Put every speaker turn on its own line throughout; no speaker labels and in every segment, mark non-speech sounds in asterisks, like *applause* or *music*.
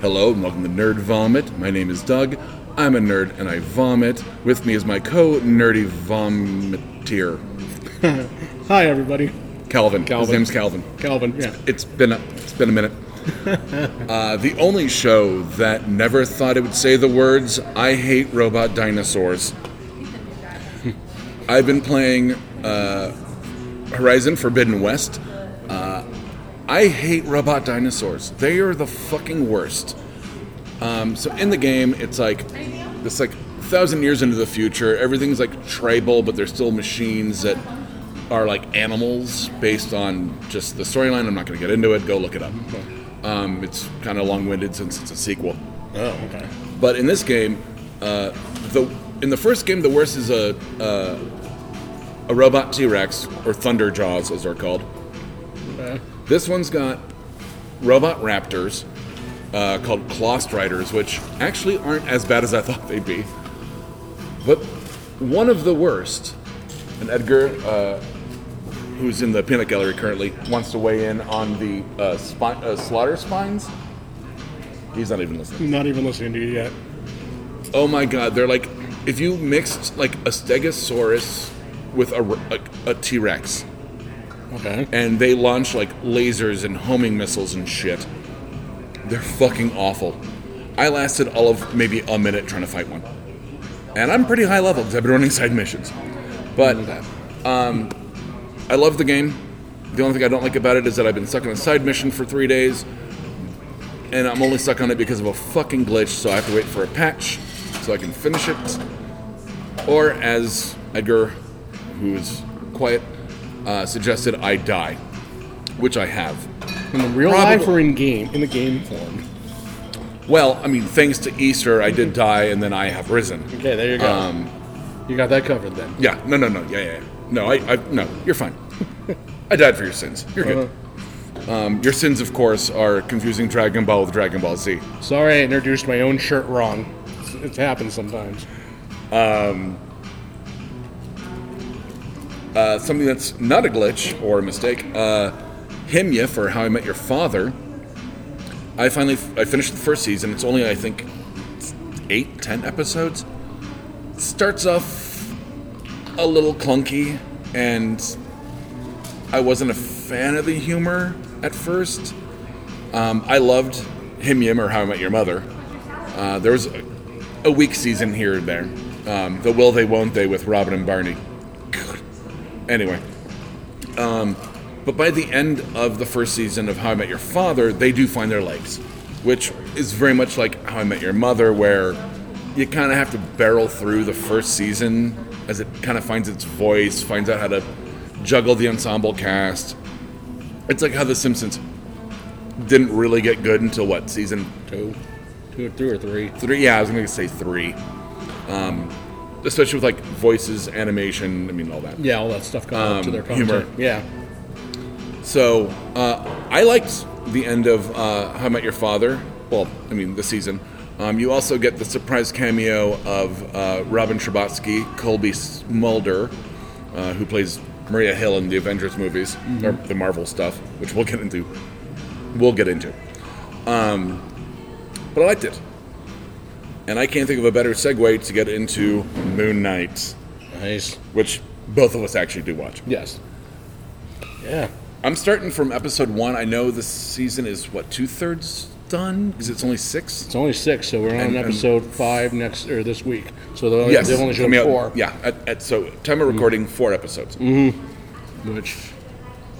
Hello and welcome to Nerd Vomit. My name is Doug. I'm a nerd and I vomit. With me is my co-nerdy vomiteer,
Hi, everybody.
Calvin. His
Calvin.
name's Calvin.
Calvin, yeah.
It's been a, it's been a minute. uh, the only show that never thought it would say the words "I hate robot dinosaurs." I've been playing uh, Horizon Forbidden West. Uh, I hate robot dinosaurs. They are the fucking worst. Um, so in the game, it's like it's like thousand years into the future. Everything's like tribal, but they're still machines that are like animals based on just the storyline. I'm not going to get into it. Go look it up. Um, it's kind of long-winded since it's a sequel.
Oh, okay.
But in this game, uh, the in the first game, the worst is a uh, a robot T-Rex or Thunder Jaws, as they're called.
Uh,
This one's got robot raptors uh, called Clawstriders, which actually aren't as bad as I thought they'd be. But one of the worst, and Edgar, uh, who's in the peanut gallery currently, wants to weigh in on the uh, spi- uh, slaughter spines. He's not even listening.
I'm not even listening to you yet.
Oh my god, they're like if you mixed like a stegosaurus with a r- a- a T Rex,
Okay.
and they launch like lasers and homing missiles and shit. They're fucking awful. I lasted all of maybe a minute trying to fight one, and I'm pretty high level because I've been running side missions. But um, I love the game. The only thing I don't like about it is that I've been stuck on a side mission for three days, and I'm only stuck on it because of a fucking glitch. So I have to wait for a patch so I can finish it. Or as Edgar, who is quiet, uh, suggested, I die, which I have.
In the real
Probably-
life or in game? In the game form.
Well, I mean, thanks to Easter, I did die, and then I have risen.
Okay, there you go. Um, you got that covered then.
Yeah, no, no, no, yeah, yeah, yeah. No, I, I, no, you're fine. *laughs* I died for your sins. You're good.
Uh-huh.
Um, your sins, of course, are confusing Dragon Ball with Dragon Ball Z.
Uh, Sorry, I introduced my own shirt wrong. It's, it happens sometimes.
Uh, something that's not a glitch or a mistake. Uh, Himya for How I Met Your Father. I finally I finished the first season. It's only I think eight, ten episodes. Starts off a little clunky, and I wasn't a fan of the humor at first. Um, I loved Himyim or How I Met Your Mother. Uh, there was a, a weak season here and there. Um, the will they won't they with Robin and Barney. God. Anyway, um, but by the end of the first season of How I Met Your Father, they do find their legs, which is very much like How I Met Your Mother, where you kind of have to barrel through the first season as it kind of finds its voice, finds out how to juggle the ensemble cast. It's like how The Simpsons didn't really get good until what season two?
Two or two or three.
three. Yeah, I was gonna say three. Um, especially with like voices, animation. I mean, all that.
Yeah, all that stuff got up to
Um,
their
humor.
content. Yeah.
So uh, I liked the end of uh, How I Met Your Father. Well, I mean, the season. Um, you also get the surprise cameo of uh, Robin Scherbatsky, Colby Smulder, uh, who plays Maria Hill in the Avengers movies or the Marvel stuff, which we'll get into. We'll get into. Um, but I liked it, and I can't think of a better segue to get into Moon Knight,
Nice.
which both of us actually do watch.
Yes. Yeah.
I'm starting from episode one. I know this season is what two thirds done because it's only six.
It's only six, so we're on
And- and-
episode five next or this week. So they'll,
Yes,
they've only shown
coming out-
four, Mm-hmm.
Yeah, at, at, so time of recording, four episodes.
which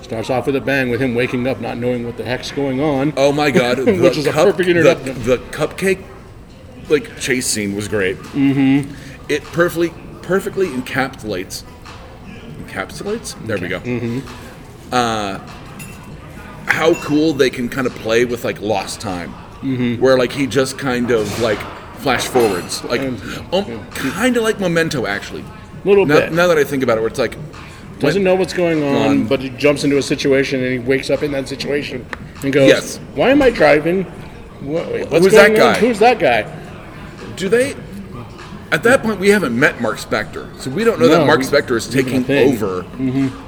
starts off with a bang with him waking up, not knowing what the heck's going on.
Oh my
*laughs*
god, the
Which is a perfect
the,
introduction.
the cupcake like chase scene was great. Mm-hmm. It perfectly perfectly encapsulates encapsulates. There we go. Mm-hmm. Uh, how cool they can kind of play with like lost time, mm-hmm. where like he just kind of like flash forwards, like
And-
um, kind of like Memento actually.
Little
now,
bit.
Now that I think about it, where it's like
Doesn't know what's going on,
on.
but he jumps into a situation and he wakes up in that situation and goes,
Yes.
"Why am I driving? What, what's
Who's
going
that
on?
guy?"
Who's that guy?"
Do they? At that point, we haven't met Mark Spector, so we don't know
No,
that Mark
we-
Spector is
even a
taking
thing.
over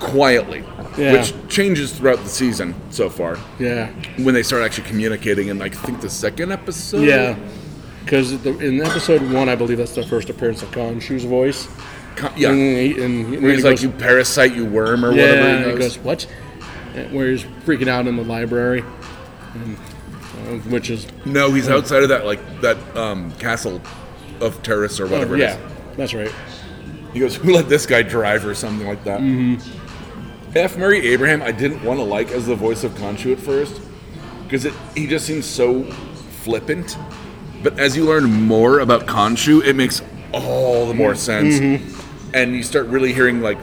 quietly.
Yeah.
which changes throughout the season so far.
Yeah.
When they start actually communicating in, like, I think the second episode.
Yeah. Because in episode one, I believe that's the first appearance of Khonshu's voice.
Co- yeah.
And, he- and he-
Where he's
he
like,
goes-
you parasite, you worm, or
yeah,
whatever.
and
he
he
goes.
goes, what? And Where he's freaking out in the library, and, uh, which is
No, he's outside of that, like, that um, castle of terrorists or whatever
yeah,
it is.
that's right.
He goes, Who let this guy drive or something like that? F. Murray Abraham, I didn't want to like as the voice of Khonshu at first because he just seems so flippant. But as you learn more about Khonshu, it makes all the
Mm-hmm.
more sense. And you start really hearing like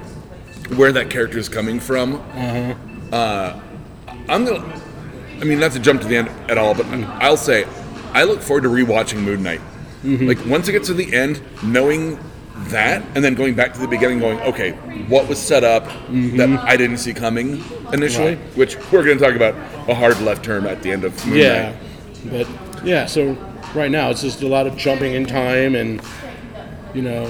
where that character is coming from. Uh-huh.
Mm-hmm.
I'm gonna, I mean, not to jump to the end at all, but
Mm.
I'll say I look forward to rewatching Moon Knight.
Mm-hmm.
Like once it gets to the end, knowing that, and then going back to the beginning, going, okay, what was set up that I didn't see coming initially,
Mm-hmm. Right.
which we're going to talk about a hard left turn at the end of Moon
Yeah,
Knight.
but yeah. So right now it's just a lot of jumping in time and you know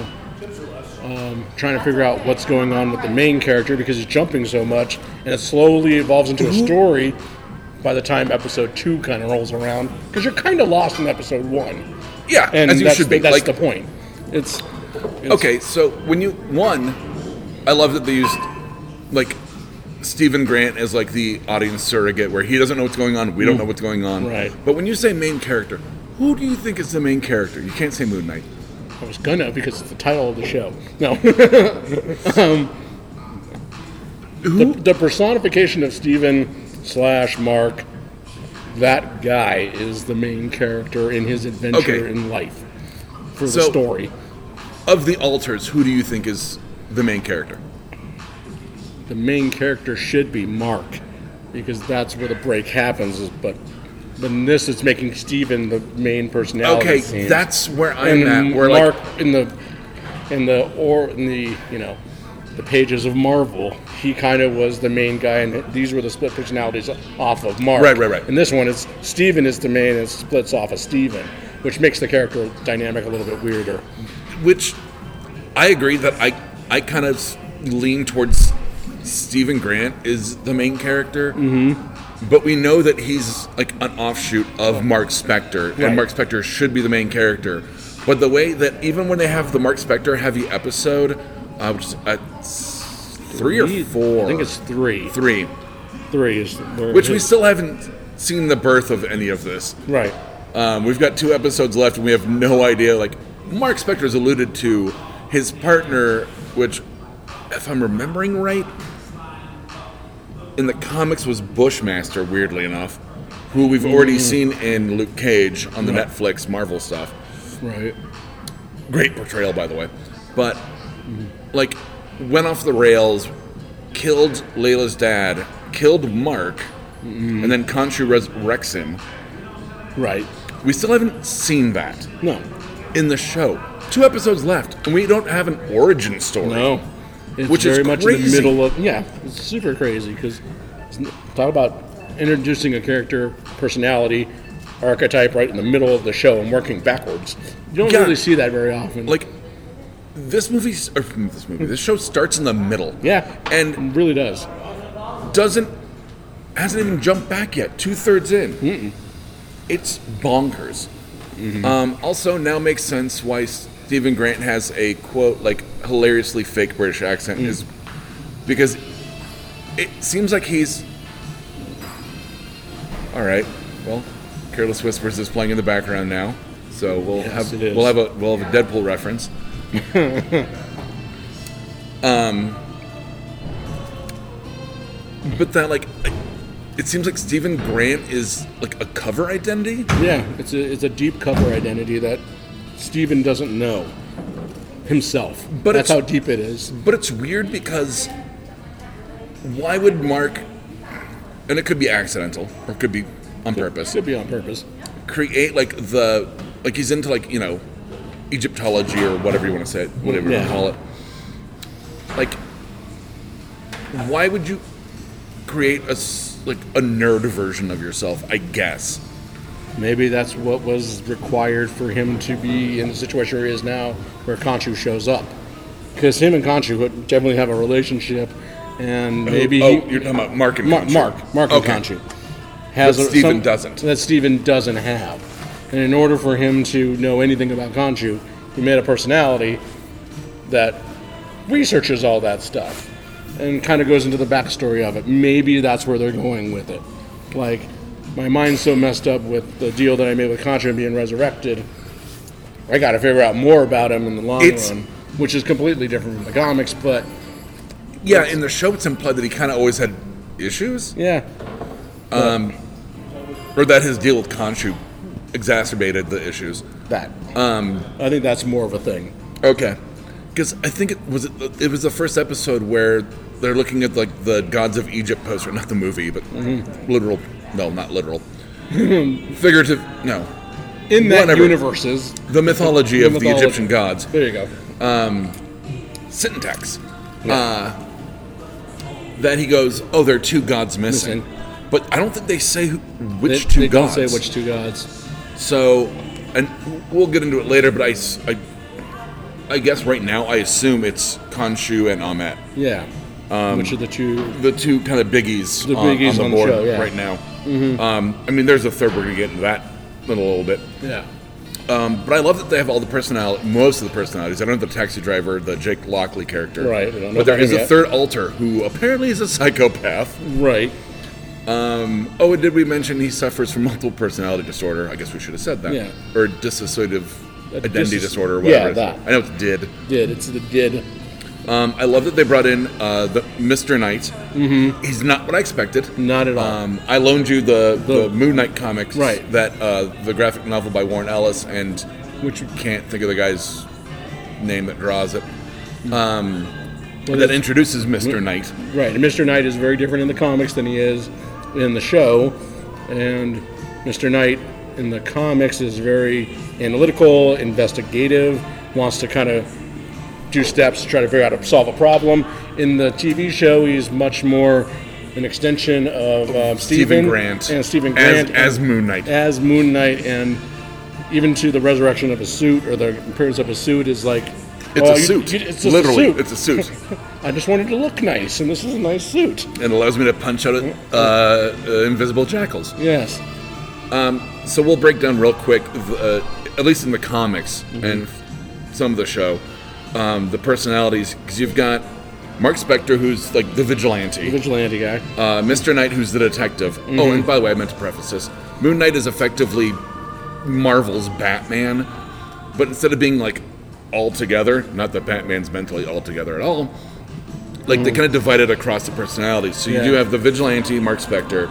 um, trying to figure out what's going on with the main character because he's jumping so much, and it slowly evolves into
Mm-hmm.
a story. By the time episode two kind of rolls around, because you're kind of lost in episode one,
Yeah,
and
as you
that's,
should be.
the, that's
like,
the point. It's
okay, so when you one, I love that they used like Stephen Grant as like the audience surrogate, where he doesn't know what's going on, we don't know what's going on.
Mm. Right.
But when you say main character, who do you think is the main character? You can't say Moon Knight.
I was gonna because it's the title of the show. No,
Who?
the,
Hmm?
the personification of Stephen slash Mark, that guy is the main character in his adventure
Okay.
in life for the
So-
story.
of the alters, who do you think is the main character?
The main character should be Mark because that's where the break happens. Is, but but in this, it's making Stephen the main personality.
Okay,
it seems.
that's where I'm
and
at. Where
Mark
like
in the in the or in the you know the pages of Marvel, he kind of was the main guy, and these were the split personalities off of Mark.
Right, right, right.
And this one, it's Steven is the main, and it splits off of Steven, which makes the character dynamic a little bit weirder.
which I agree that I I kind of lean towards Stephen Grant is the main character,
Mm-hmm.
but we know that he's like an offshoot of Mark Spector,
Right.
and Mark Spector should be the main character. But the way that even when they have the Mark Spector heavy episode, uh, which is at s- three or four,
I think it's three.
three,
Three is where
which we
his-
still haven't seen the birth of any of this.
right.
Um, we've got two episodes left, and we have no idea. Like Mark Spector's alluded to, his partner, which, if I'm remembering right, in the comics was Bushmaster. Weirdly enough, who we've already seen in Luke Cage on the Netflix Marvel stuff.
Right.
Great portrayal, by the way. But like, went off the rails, killed Layla's dad, killed Mark, and then Khonshu resurrects him.
Right.
We still haven't seen that
No.
in the show. Two episodes left, and we don't have an origin story.
No. It's
Which is
very much in
crazy.
the middle of yeah, it's super crazy because talk about introducing a character personality archetype right in the middle of the show and working backwards. You don't
Yeah.
really see that very often.
Like, this movie, or mm, this movie, this show starts in the middle.
yeah,
And
it really does.
doesn't, hasn't even jumped back yet, two thirds in. It's bonkers.
Mm.
Um, also, now makes sense why Stephen Grant has a quote, like, hilariously fake British accent,
Mm.
is because it seems like he's all right. Well, Careless Whispers is playing in the background now, so we'll
Yes,
have
it is.
we'll have a we'll have a Deadpool
*laughs*
reference. um, Um, but that like, it seems like Stephen Grant is like a cover identity.
Yeah, it's a it's a deep cover identity that Steven doesn't know himself.
But
that's
it's-
how deep it is.
But it's weird because why would Mark, and it could be accidental or it could be on purpose,
Should be on purpose.
create like the, like he's into like, you know, Egyptology or whatever you want to say, it, whatever you want to
Yeah.
call it. Like, why would you create a, s- like a nerd version of yourself, I guess?
Maybe that's what was required for him to be in the situation where he is now, where Conchu shows up. Because him and Conchu would definitely have a relationship, and maybe
oh,
he-
you're talking about Mark and
Mar-
Conchu.
Mark Mark
Okay.
Conchu has
That
a-
Steven doesn't.
that Steven doesn't have. And in order for him to know anything about Conchu, he made a personality that researches all that stuff and kind of goes into the backstory of it. Maybe that's where they're going with it. Like, my mind's so messed up with the deal that I made with Conchu and being resurrected, I got to figure out more about him in the long
It's-
run, which is completely different from the comics. But
Yeah, in the show it's implied that he kind of always had issues,
yeah,
or that his deal with Khonshu exacerbated the issues.
that. Um, I think that's more of a thing.
Okay, because I think it was it was the first episode where they're looking at like the gods of Egypt poster, not the movie, but
Mm-hmm.
literal. No, not literal. *laughs* Figurative. No,
in that
Whatever.
universes.
the mythology
The
of the
mythology.
Egyptian gods.
There you go.
syntax. Uh, then he goes, "Oh, there are two gods missing,",
Missing.
but I don't think they say who,
They-
which two
they
gods.
Don't say which two gods.
So, and we'll get into it later. But I, s- I- I guess right now I assume it's Khonshu and Ahmet,
Yeah.
Um,
which are the two?
the two kind of biggies,
The
on- on,
biggies
the
on the
board
show, yeah. Mm-hmm.
right now. Um, I mean, there's a third. We're gonna get into that in a little bit.
Yeah.
Um, but I love that they have all the personality, most of the personalities. I don't have the taxi driver, the Jake Lockley character,
Right, we don't know
But there
him
is a
yet.
third alter who apparently is a psychopath.
Right.
Oh, and did we mention he suffers from multiple personality disorder? I guess we should have said that.
Yeah.
Or dissociative
A
identity
dissoci-
disorder, or
yeah,
whatever. it is.
that.
I know it's did.
Did it's the did.
Um, I love that they brought in uh, the Mr. Knight. Mm-hmm. He's not what I expected.
Not at all.
Um, I loaned you the, the, Moon Knight comics.
Right.
That uh, the graphic novel by Warren Ellis, and which you can't think of the guy's name that draws it. Um,
Well,
that
it's-
introduces Mr. Knight.
Right. And Mr. Knight is very different in the comics than he is in the show, and Mr. Knight in the comics is very analytical, investigative, wants to kind of two steps to try to figure out how to solve a problem. In the TV show, he's much more an extension of um, Steven,
Stephen Grant.
and Stephen
As-
Grant
as
and-
Moon Knight.
as Moon Knight, and even to the resurrection of his suit or the appearance of his suit is like
It's
well,
a
you-
suit.
you- it's just
Literally,
a suit.
it's a suit.
*laughs* I just wanted to look nice, and this is a nice suit.
and allows me to punch out uh, uh, invisible jackals.
Yes,
So we'll break down real quick, the, uh, at least in the comics and some of the show, um, the personalities. Because you've got Mark Spector, who's like the vigilante,
vigilante guy.
uh, Mr. Knight, who's the detective. Oh, and by the way, I meant to preface this Moon Knight is effectively Marvel's Batman, but instead of being like all together, not that Batman's mentally all together at all. Like they kind of divide it across the personalities. So you
Yeah.
do have the vigilante, Mark Spector,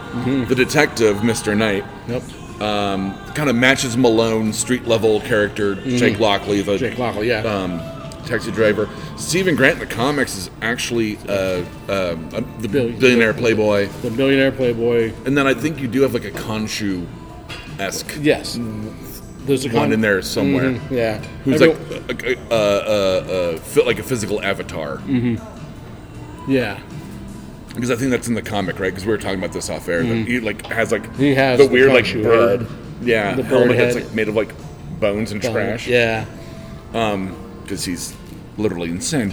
the detective, Mr. Knight,
Nope.
um, kind of matches Malone street level character Jake Lockley, the
Mm-hmm. Jake Lockley. Yeah.
um, taxi driver. Stephen Grant in the comics is actually uh, um, uh, the
Bill-
billionaire playboy,
the millionaire playboy.
and then I think you do have like a Khonshu esque
Yes. There's a
Mm.
Mm-hmm,
one in there somewhere,
Yeah.
who's
Everyone-
like a, a, a, a, a, like a physical avatar.
Mm-hmm. yeah.
Because I think that's in the comic, right? Because we were talking about this off air. That he like has like
Mm-hmm. He has
the
the
weird like
Khonshu
bird,
head.
yeah,
The bird
helmet that's
head.
like made of like bones and trash.
Yeah.
because he's literally insane.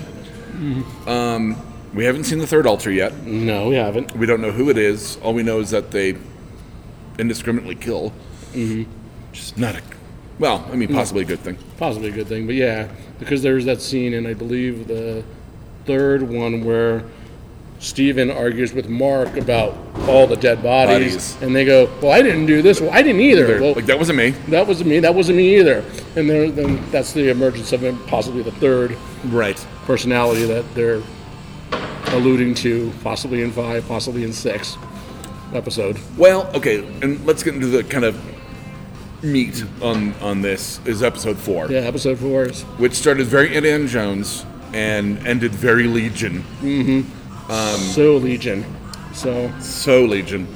Um, we haven't seen the third altar yet.
No, we haven't.
We don't know who it is. All we know is that they indiscriminately kill.
Mm-hmm.
Just not a well. I
Mm.
mean, possibly a good thing.
possibly a good thing, but yeah, because there's that scene in I believe the third one where Steven argues with Mark about all the dead bodies,
Bodies.
and they go, "Well, I didn't do this. Well, I didn't either. Well,
like that wasn't me.
that wasn't me. That wasn't me either." And there, then that's the emergence of possibly the third
Right.
personality that they're alluding to, possibly in five, possibly in six episode.
Well, okay, and let's get into the kind of meat on on this is episode four,
Yeah, episode four is
which started very Indiana Jones and ended very Legion.
so Legion. So
So Legion.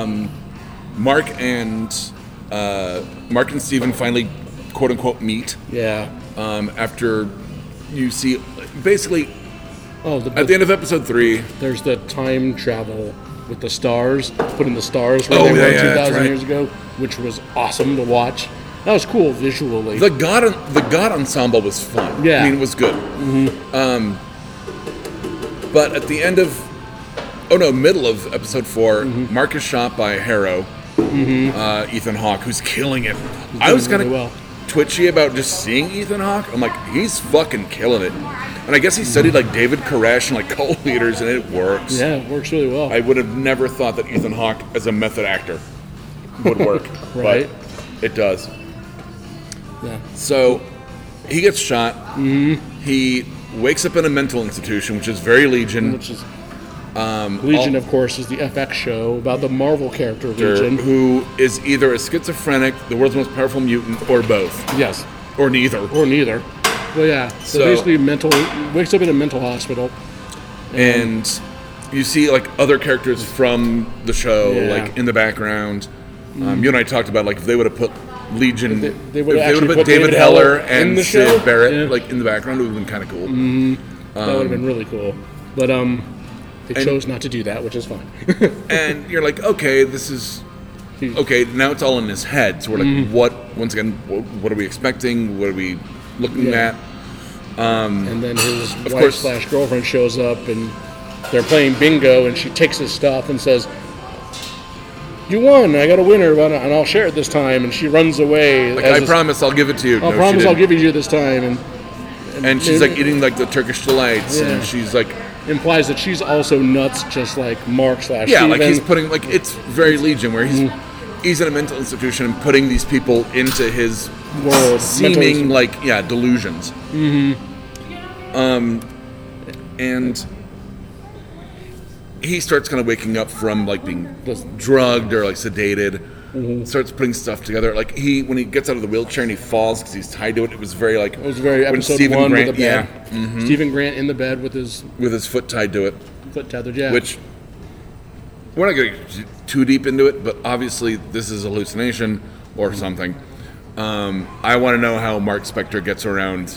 Um, Mark and uh, Mark and Steven finally quote unquote meet
yeah.
um, after you see basically
Oh, the,
at the end of episode three.
There's the time travel with the stars, putting the stars where
Oh,
they
yeah,
were
yeah, that's
2,000
right.
years ago, which was awesome to watch. That was cool visually.
The god the god ensemble was fun.
Yeah. Mm-hmm.
I mean it was good. Um, but at the end of oh no, middle of episode 4
Mm-hmm.
Mark is shot by Harrow, uh, Ethan Hawke, who's killing it. I was kind
doing
of
really well.
twitchy about just seeing Ethan Hawke. I'm like, he's fucking killing it. And I guess he studied like David Koresh and like *laughs* cult leaders, and it works.
Mm-hmm. Yeah, it works really well.
I would have never thought that Ethan Hawke as a method actor would
*laughs*
work,
Right.
but it does.
yeah.
So he gets shot.
Mm-hmm.
He wakes up in a mental institution, which is very Legion.
Which is Legion,
Um, all-
of course, is the FX show about the Marvel character Legion.
who is either a schizophrenic, the world's most powerful mutant, or both,
Yes,
or neither.
or neither. Well, yeah. So,
So-
basically, mental wakes up in a mental hospital.
And you see like other characters from the show,
Yeah. Mm-hmm.
like in the background. Um, you and I talked about like if they would have put Legion,
If they- they
if
would've
would've
actually
put,
put
David,
David
Heller
Heller in
and
the
Sid
show?
Barrett
Yeah. Mm-hmm.
like in the background, it would have been kind of cool.
That would have
Um,
been really cool, but um, they chose not to do that, which is fine.
and you're like, okay, this is
Hmm.
okay. Now it's all in his head. So we're like, what? Once again, what, what are we expecting? What are we looking
Yeah.
at?
and then his wife
course.
slash girlfriend shows up, and they're playing bingo, and she takes his stuff and says, "You won! I got a winner, but- and I'll share it this time." And she runs away.
Like,
as
I
this-
promise, I'll give it to you.
I
No, she
promise I'll
didn't.
give it to you this time, and
And she's like
maybe-
eating like the Turkish delights, and
Yeah.
she's like,
implies that she's also nuts, just like Mark slash
yeah, like
Steven.
he's putting like it's very Legion where he's
Hmm.
he's in a mental institution and putting these people into his
World, mental
seeming
institution.
like yeah delusions. Mm-hmm. Um, and he starts kind of waking up from like being drugged or like sedated. Starts putting stuff together. Like he, when he gets out of the wheelchair and he falls because he's tied to it. It was very like
It was very
when
episode
Stephen
one
Grant,
with the
yeah, Mm-hmm.
bed. Stephen Grant in the bed with his
with his foot tied to it.
foot tethered. Yeah,
which we're not going to get too deep into it, but obviously this is hallucination
Mm-hmm.
or something. Um, I want to know how Mark Spector gets around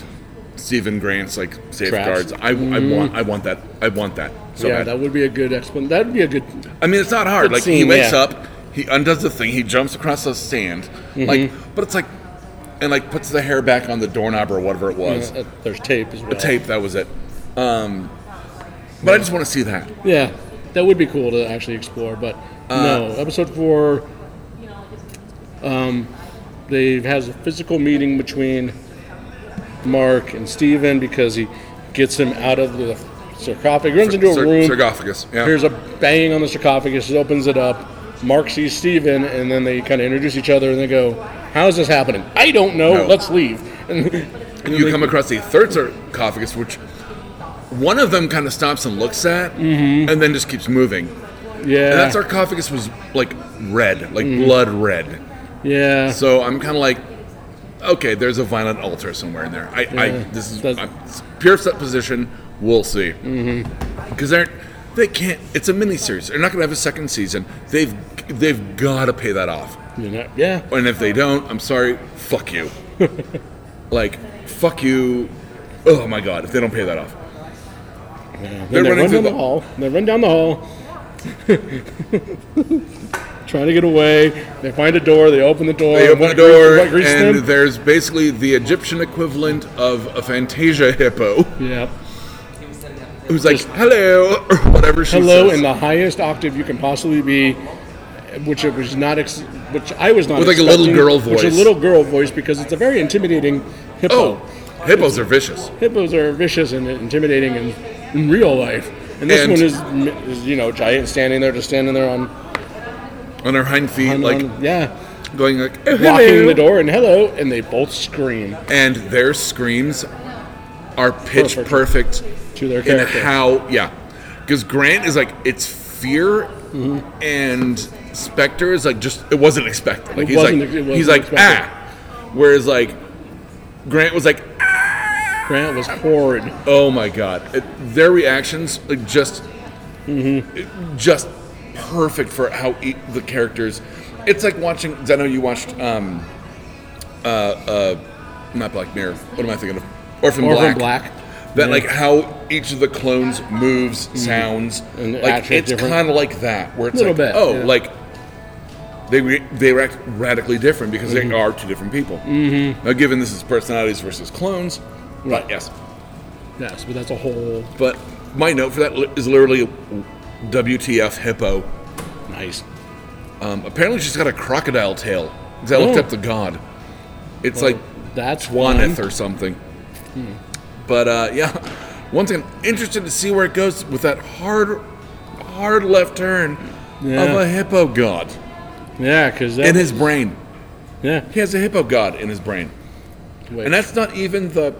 Stephen Grant's like safeguards. I, I want I want that I want that. So
Mm-hmm. yeah,
bad.
that would be a good explanation. That would be a good.
I mean, it's not hard.
Good
Like he
scene,
wakes
yeah.
up, he undoes the thing, he jumps across the sand,
Mm-hmm.
like, but it's like, and like puts the hair back on the doorknob or whatever it was.
Uh, there's tape as well.
Tape that was it. Um, but I just want to see that.
Yeah, that would be cool to actually explore, but
Uh,
no. Episode four, um, they has a physical meeting between Mark and Steven because he gets him out of the sarcophagus, runs into a
Sar-
room.
sarcophagus. Yeah.
Here's a bang on the sarcophagus. It opens it up. Mark sees Steven, and then they kind of introduce each other, and they go, "How is this happening? I don't know.
No.
Let's leave." *laughs* And
And you come across a third sarcophagus, which one of them kind of stops and looks at, and then just keeps moving. And
Mm-hmm. yeah, Mm-hmm.
that sarcophagus was like red, like blood red.
yeah.
So I'm kind of like, okay, there's a violent altar somewhere in there. I, I
Yeah,
this is
that's-
I'm, it's pure supposition. We'll see.
Mm-hmm.
Because they're they can't. It's a miniseries. They're not going to have a second season. They've they've got to pay that off.
You know, yeah.
And if they don't, I'm sorry, fuck
*laughs*
you. like, fuck you. Oh my god, if they don't pay that off.
Then they
running
run
through
down the,
the-
hall. They run down the hall. *laughs* Trying to get away. They find a door. They open the door.
They open the
what
door,
greets- what greets
and
them?
there's basically the Egyptian equivalent of a Fantasia hippo
yeah.
who's like, hello, or whatever she
Hello
says.
in the highest octave you can possibly be, which it was not, ex- which I was not
With, like, a little
expecting,
girl
Which
voice.
a little girl voice because it's a very intimidating hippo.
oh, hippos are vicious.
Hippos are vicious and intimidating in, in real life. And this
And-
one is, m- is, you know, giant standing there, just standing there on,
On their hind feet,
on
like, *laughs*
on- yeah,
going like, "Oh,
blocking
hello."
the door and hello, and they both scream.
And their screams are pitch perfect,
Perfect. To their
in
character.
how yeah because grant is like it's fear
Mm-hmm.
and spectre is like just it wasn't expected like
It
he's
wasn't-
like
it wasn't
he's like
expected.
ah whereas like grant was like "Ah."
Grant was horrid.
oh my god It- their reactions like just
Mm-hmm.
it- just perfect for how e- the characters it's like watching 'cause i know you watched um uh uh not black mirror what am i thinking of orphan
Orphan
black
Black. Mm-hmm.
that like how each of the clones moves, sounds,
And
like
actually
it's
different.
kind of like that, where it's
Little
like,
bit,
oh,
yeah.
like they re- they react radically different because they are two different people. Mm-hmm. Now, given this is personalities versus clones, but yes,
Yes, but that's a whole.
but my note for that li- is literally WTF hippo.
Nice.
Um, apparently, she's got a crocodile tail. 'Cause I looked
Oh.
up the god. It's
Well, hmm.
like
that's
Waneth
fun.
or something. But uh, yeah, once again, interested to see where it goes with that hard, hard left turn of
Yeah.
a hippo god
Yeah, because that.
in his brain.
yeah.
He has a hippo god in his brain.
Wait,
And that's not even the.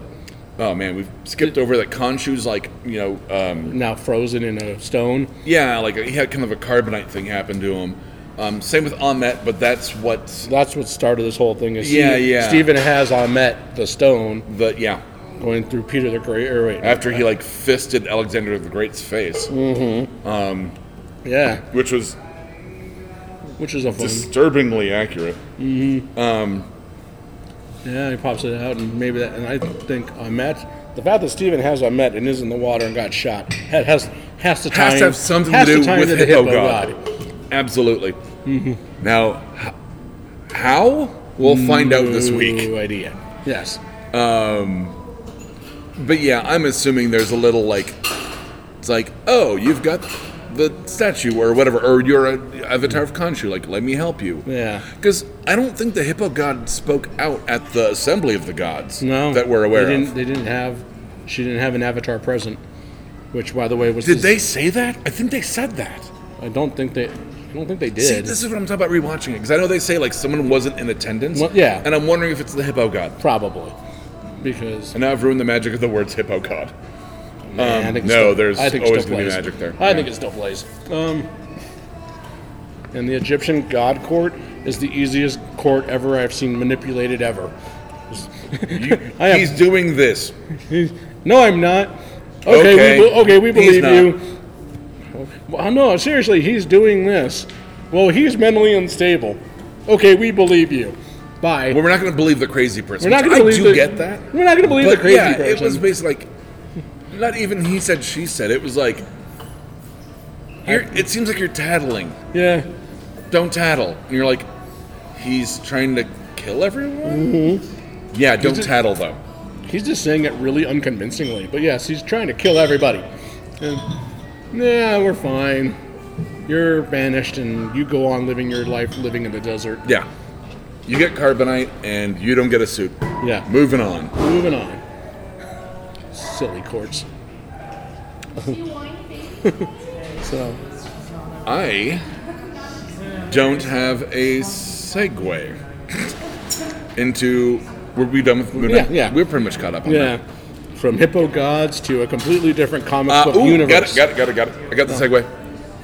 Oh man, we've skipped over that Khonshu's like you know, um,
now frozen in a stone.
yeah, like he had kind of a carbonite thing happen to him. Um, same with Ahmet, but that's what
That's what started this whole thing. Is
Yeah,
Stephen,
yeah.
Stephen has Ahmet the stone
the yeah.
going through Peter the Great. Or wait,
After he like fisted Alexander the Great's face,
yeah,
which was
which is a fun.
disturbingly accurate.
Yeah, he pops it out, and maybe that. And I think Ahmet, the fact that Steven has Ahmet and is in the water and got shot had- has has to tie
Has to have something to do with
the
hippo god. Absolutely. Mm-hmm. Now, h- how we'll find out this week.
No idea. Yes.
But yeah, I'm assuming there's a little like it's like oh you've got the statue or whatever or you're a avatar of Khonshu like let me help you.
Yeah.
Because I don't think the hippo god spoke out at the assembly of the gods
No.
that we're aware
they
of.
didn't, They didn't have. She didn't have an avatar present, which, by the way, was.
Did
this-
they say that? I think they said that.
I don't think they. I don't think they
See,
did.
this is what I'm talking about rewatching it because I know they say like someone wasn't in attendance.
Well, yeah.
And I'm wondering if it's the hippo god.
Probably, because
And now I've ruined the magic of the words hippo god.
*laughs* man, I think it
Um, no,
still-
there's
I think it
always
still
gonna be
plays.
magic there.
I
Yeah.
think it still plays. Um, and the Egyptian god court is the easiest court ever I've seen manipulated ever.
You-
I am-
He's doing this.
No, I'm not. Okay,
Okay.
We, be- okay, we
He's
believe you. Well, no, seriously, he's doing this. Well, he's mentally unstable. Okay, we believe you. Bye.
Well, we're not going to believe the crazy person.
We're not
which I
gonna believe
do
the-
get that.
we're not gonna believe
but
the crazy
yeah, it
person.
was basically like, not even he said, she said. It was like, you're, it seems like you're tattling.
yeah.
Don't tattle. And you're like, he's trying to kill everyone?
Mm-hmm.
Yeah, don't
just-
tattle, though.
He's just saying it really unconvincingly, but yes, he's trying to kill everybody. And, nah, we're fine. You're banished, and you go on living your life, living in the desert.
Yeah. You get carbonite and you don't get a suit.
Yeah.
Moving on.
Moving on. Silly courts. *laughs* so,
I don't have a segue into. Were we done with Moon Knight?
Yeah, yeah.
We're pretty much caught up on
yeah, from hippo gods to a completely different comic
that. Uh,
book
ooh, got
universe.
it, got it, got it, got it. I got the segue.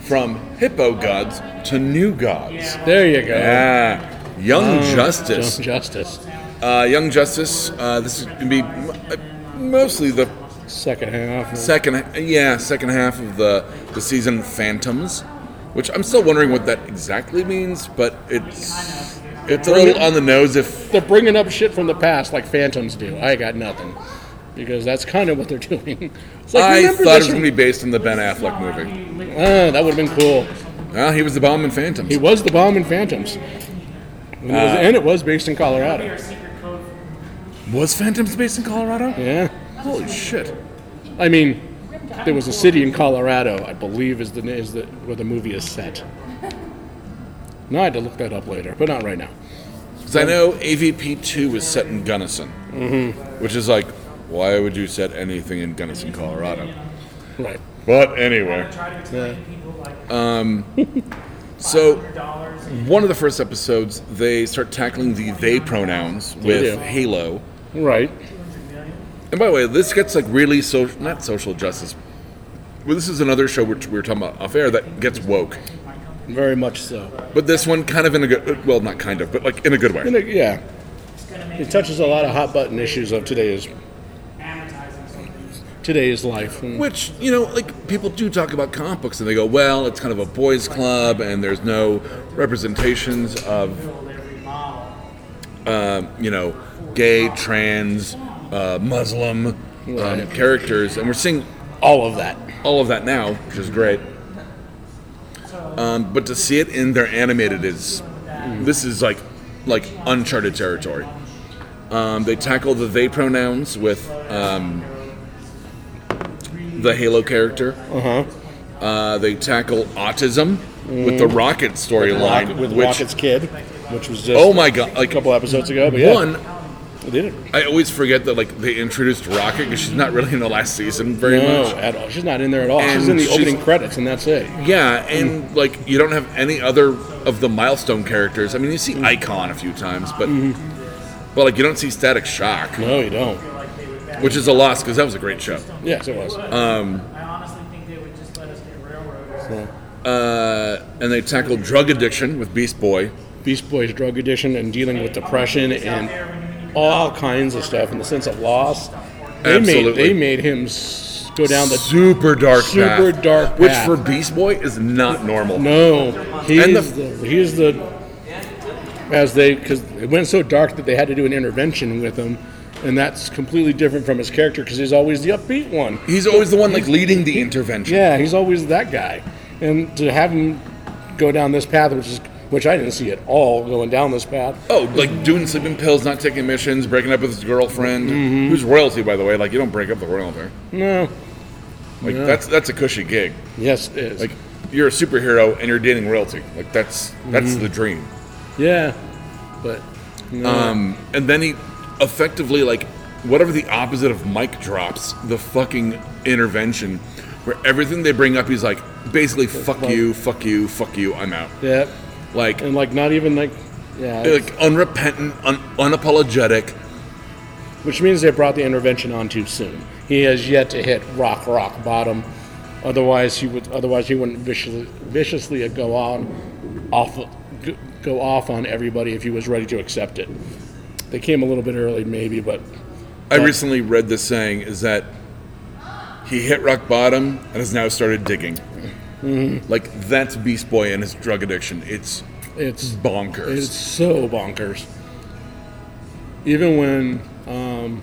From hippo gods to new gods.
There you go.
Yeah. Young Justice.
Just Oh, justice.
Uh, Young Justice. Uh, this is going to be m- uh, mostly the
Second half.
second, yeah, second half of the the season Phantoms, which I'm still wondering what that exactly means, but it's it's a little on the nose if
They're bringing up shit from the past like phantoms do. I got nothing. Because that's kind of what they're *laughs* doing. It's like,
I
remember
thought it
this
was going to be based on the Ben Affleck movie.
from- Ah, that would have been cool.
Well, he was the bomb in Phantoms.
He was the bomb in Phantoms. And it, was,
Uh.
and it was based in Colorado.
was Phantoms based in Colorado?
Yeah.
Holy shit!
I mean, there was a city in Colorado, I believe, is the is the where the movie is set. No, I had to look that up later, but not right now.
'Cause I know AVP two was set in Gunnison,
Mm-hmm.
which is like, why would you set anything in Gunnison, Colorado?
Right.
But anyway. Um,
Try to explain to people like *laughs*
So,
dollars
one of the first episodes, they start tackling the they pronouns with
do.
Halo.
Right.
And by the way, this gets like really social, not social justice. Well, this is another show which we were talking about off air that gets woke.
Very much so.
But this one kind of in a good, well, not kind of, but like in a good way.
And it- yeah. It touches a lot of hot button issues of today's
advertising something.
today's life. And-
Which, you know, like people do talk about comic books and they go, well, it's kind of a boys' club and there's no representations of um,
Build every model.
you know, gay, trans, uh, Muslim um, characters, and we're seeing
all of that.
all of that now, which is great. Um, but to see it in their animated is this is like like uncharted territory. Um, they tackle the they pronouns with um, the Halo character,
Uh huh.
Uh, they tackle autism with the Rocket storyline,
Rock- Mm. with
which
Rocket's Kid, which was just
oh my god, like
a couple episodes ago. But yeah,
one,
they did it.
I always forget that like they introduced Rocket because she's not really in the last season very
No,
much.
at all. She's not in there at all.
And
she's in the
she's-
opening credits, and that's it.
Yeah, and like you don't have any other of the milestone characters. I mean, you see
Mm-hmm.
Icon a few times, but but like you don't see Static Shock,
No, you don't.
which is a loss because that was a great show.
Yes, it was.
I honestly think they would just let us get railroaded.
Yeah.
Uh, and they tackle drug addiction with Beast Boy.
Beast Boy's drug addiction and dealing with depression and all kinds of stuff in the sense of loss. They
Absolutely.
made they made him s- go down the
super dark,
super
path,
dark
which
path.
for Beast Boy is not normal.
no. He's
And the-
the, he's the as they because it went so dark that they had to do an intervention with him, and that's completely different from his character because he's always the upbeat one.
He's always the one like leading the intervention.
Yeah, he's always that guy. And to have him go down this path, which is which I didn't see at all going down this path.
Oh, like doing sleeping pills, not taking missions, breaking up with his girlfriend, who's royalty, by the way. Like you don't break up the royalty.
Mm-hmm. No.
Like that's that's a cushy gig.
Yes, it is.
Like you're a superhero and you're dating royalty. Like that's that's
Mm-hmm.
the dream.
yeah, but
Um, and then he effectively like whatever the opposite of mic drops, the fucking intervention, where everything they bring up, he's like basically fuck you, fuck you, fuck you, I'm out.
yeah,
Like
and like not even like yeah,
like unrepentant, un- unapologetic.
which means they brought the intervention on too soon. He has yet to hit rock rock bottom. Otherwise, he would otherwise he wouldn't viciously, viciously go on off go- go off on everybody if he was ready to accept it. They came a little bit early, maybe, but
I recently read this saying is that he hit rock bottom and has now started digging.
Mm-hmm.
Like that's Beast Boy and his drug addiction. It's
it's
bonkers.
It's so bonkers. Even when um, um,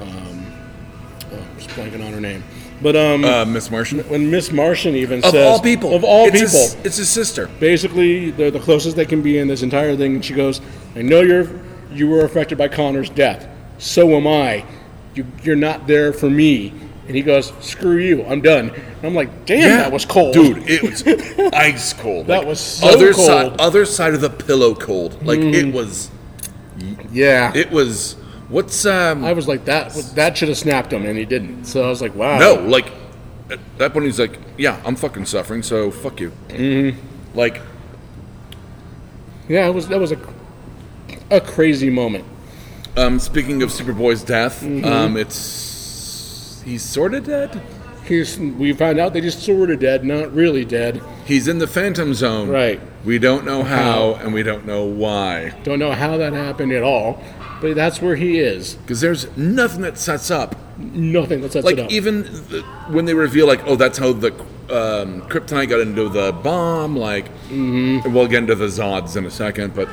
oh, I'm just blanking on her name, but um,
uh, Miss Martian.
when Miss Martian even
Of
says
all people,
of all
it's
people,
his, it's his sister.
basically they're the closest they can be in this entire thing. And she goes, "I know you're you were affected by Connor's death. So am I. You, you're not there for me." And he goes, "Screw you, I'm done." And I'm like, "Damn, that was cold,
dude. It was
*laughs*
ice cold.
That
Like,
was so
other
cold. Mm.
Side, other side of the pillow cold. Like it was.
Yeah,
It was. What's um?
I was like, that that should have snapped him, and he didn't. So I was like, wow.
No, like at that point he's like, yeah, I'm fucking suffering, so fuck you. Mm-hmm. Like
Yeah, it was that was a a crazy moment.
um, speaking of Superboy's death,
Mm-hmm.
um, it's he's sort of dead.
He's, we found out they just sort of dead, not really dead.
He's in the Phantom Zone.
Right.
We don't know how, and we don't know why,
Don't know how that happened at all, but that's where he is.
because there's nothing that sets up.
Nothing that sets
Like
it up.
even the, when they reveal, like, oh, that's how the um, Kryptonite got into the bomb. Like,
Mm-hmm.
we'll get into the Zods in a second, but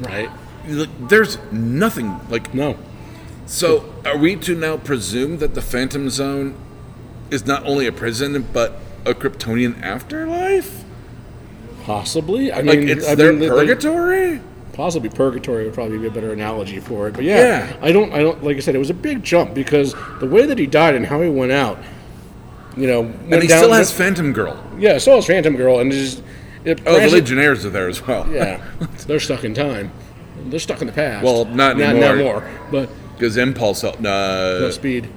right?
like, there's nothing. Like,
No.
So, are we to now presume that the Phantom Zone is not only a prison but a Kryptonian afterlife?
Possibly. I mean,
Like it's
I
their
mean, they- they-
purgatory?
possibly purgatory would probably be a better analogy for it. But yeah,
Yeah.
I don't, I don't. Like I said, it was a big jump because the way that he died and how he went out, you know,
and he still has Phantom Girl.
yeah, so has Phantom Girl, and it's just it
Oh, the
branches-
Legionnaires are there as well. *laughs*
Yeah, they're stuck in time. They're stuck in the past.
Well, not
Not
anymore.
more, but
Because Impulse, uh,
no speed.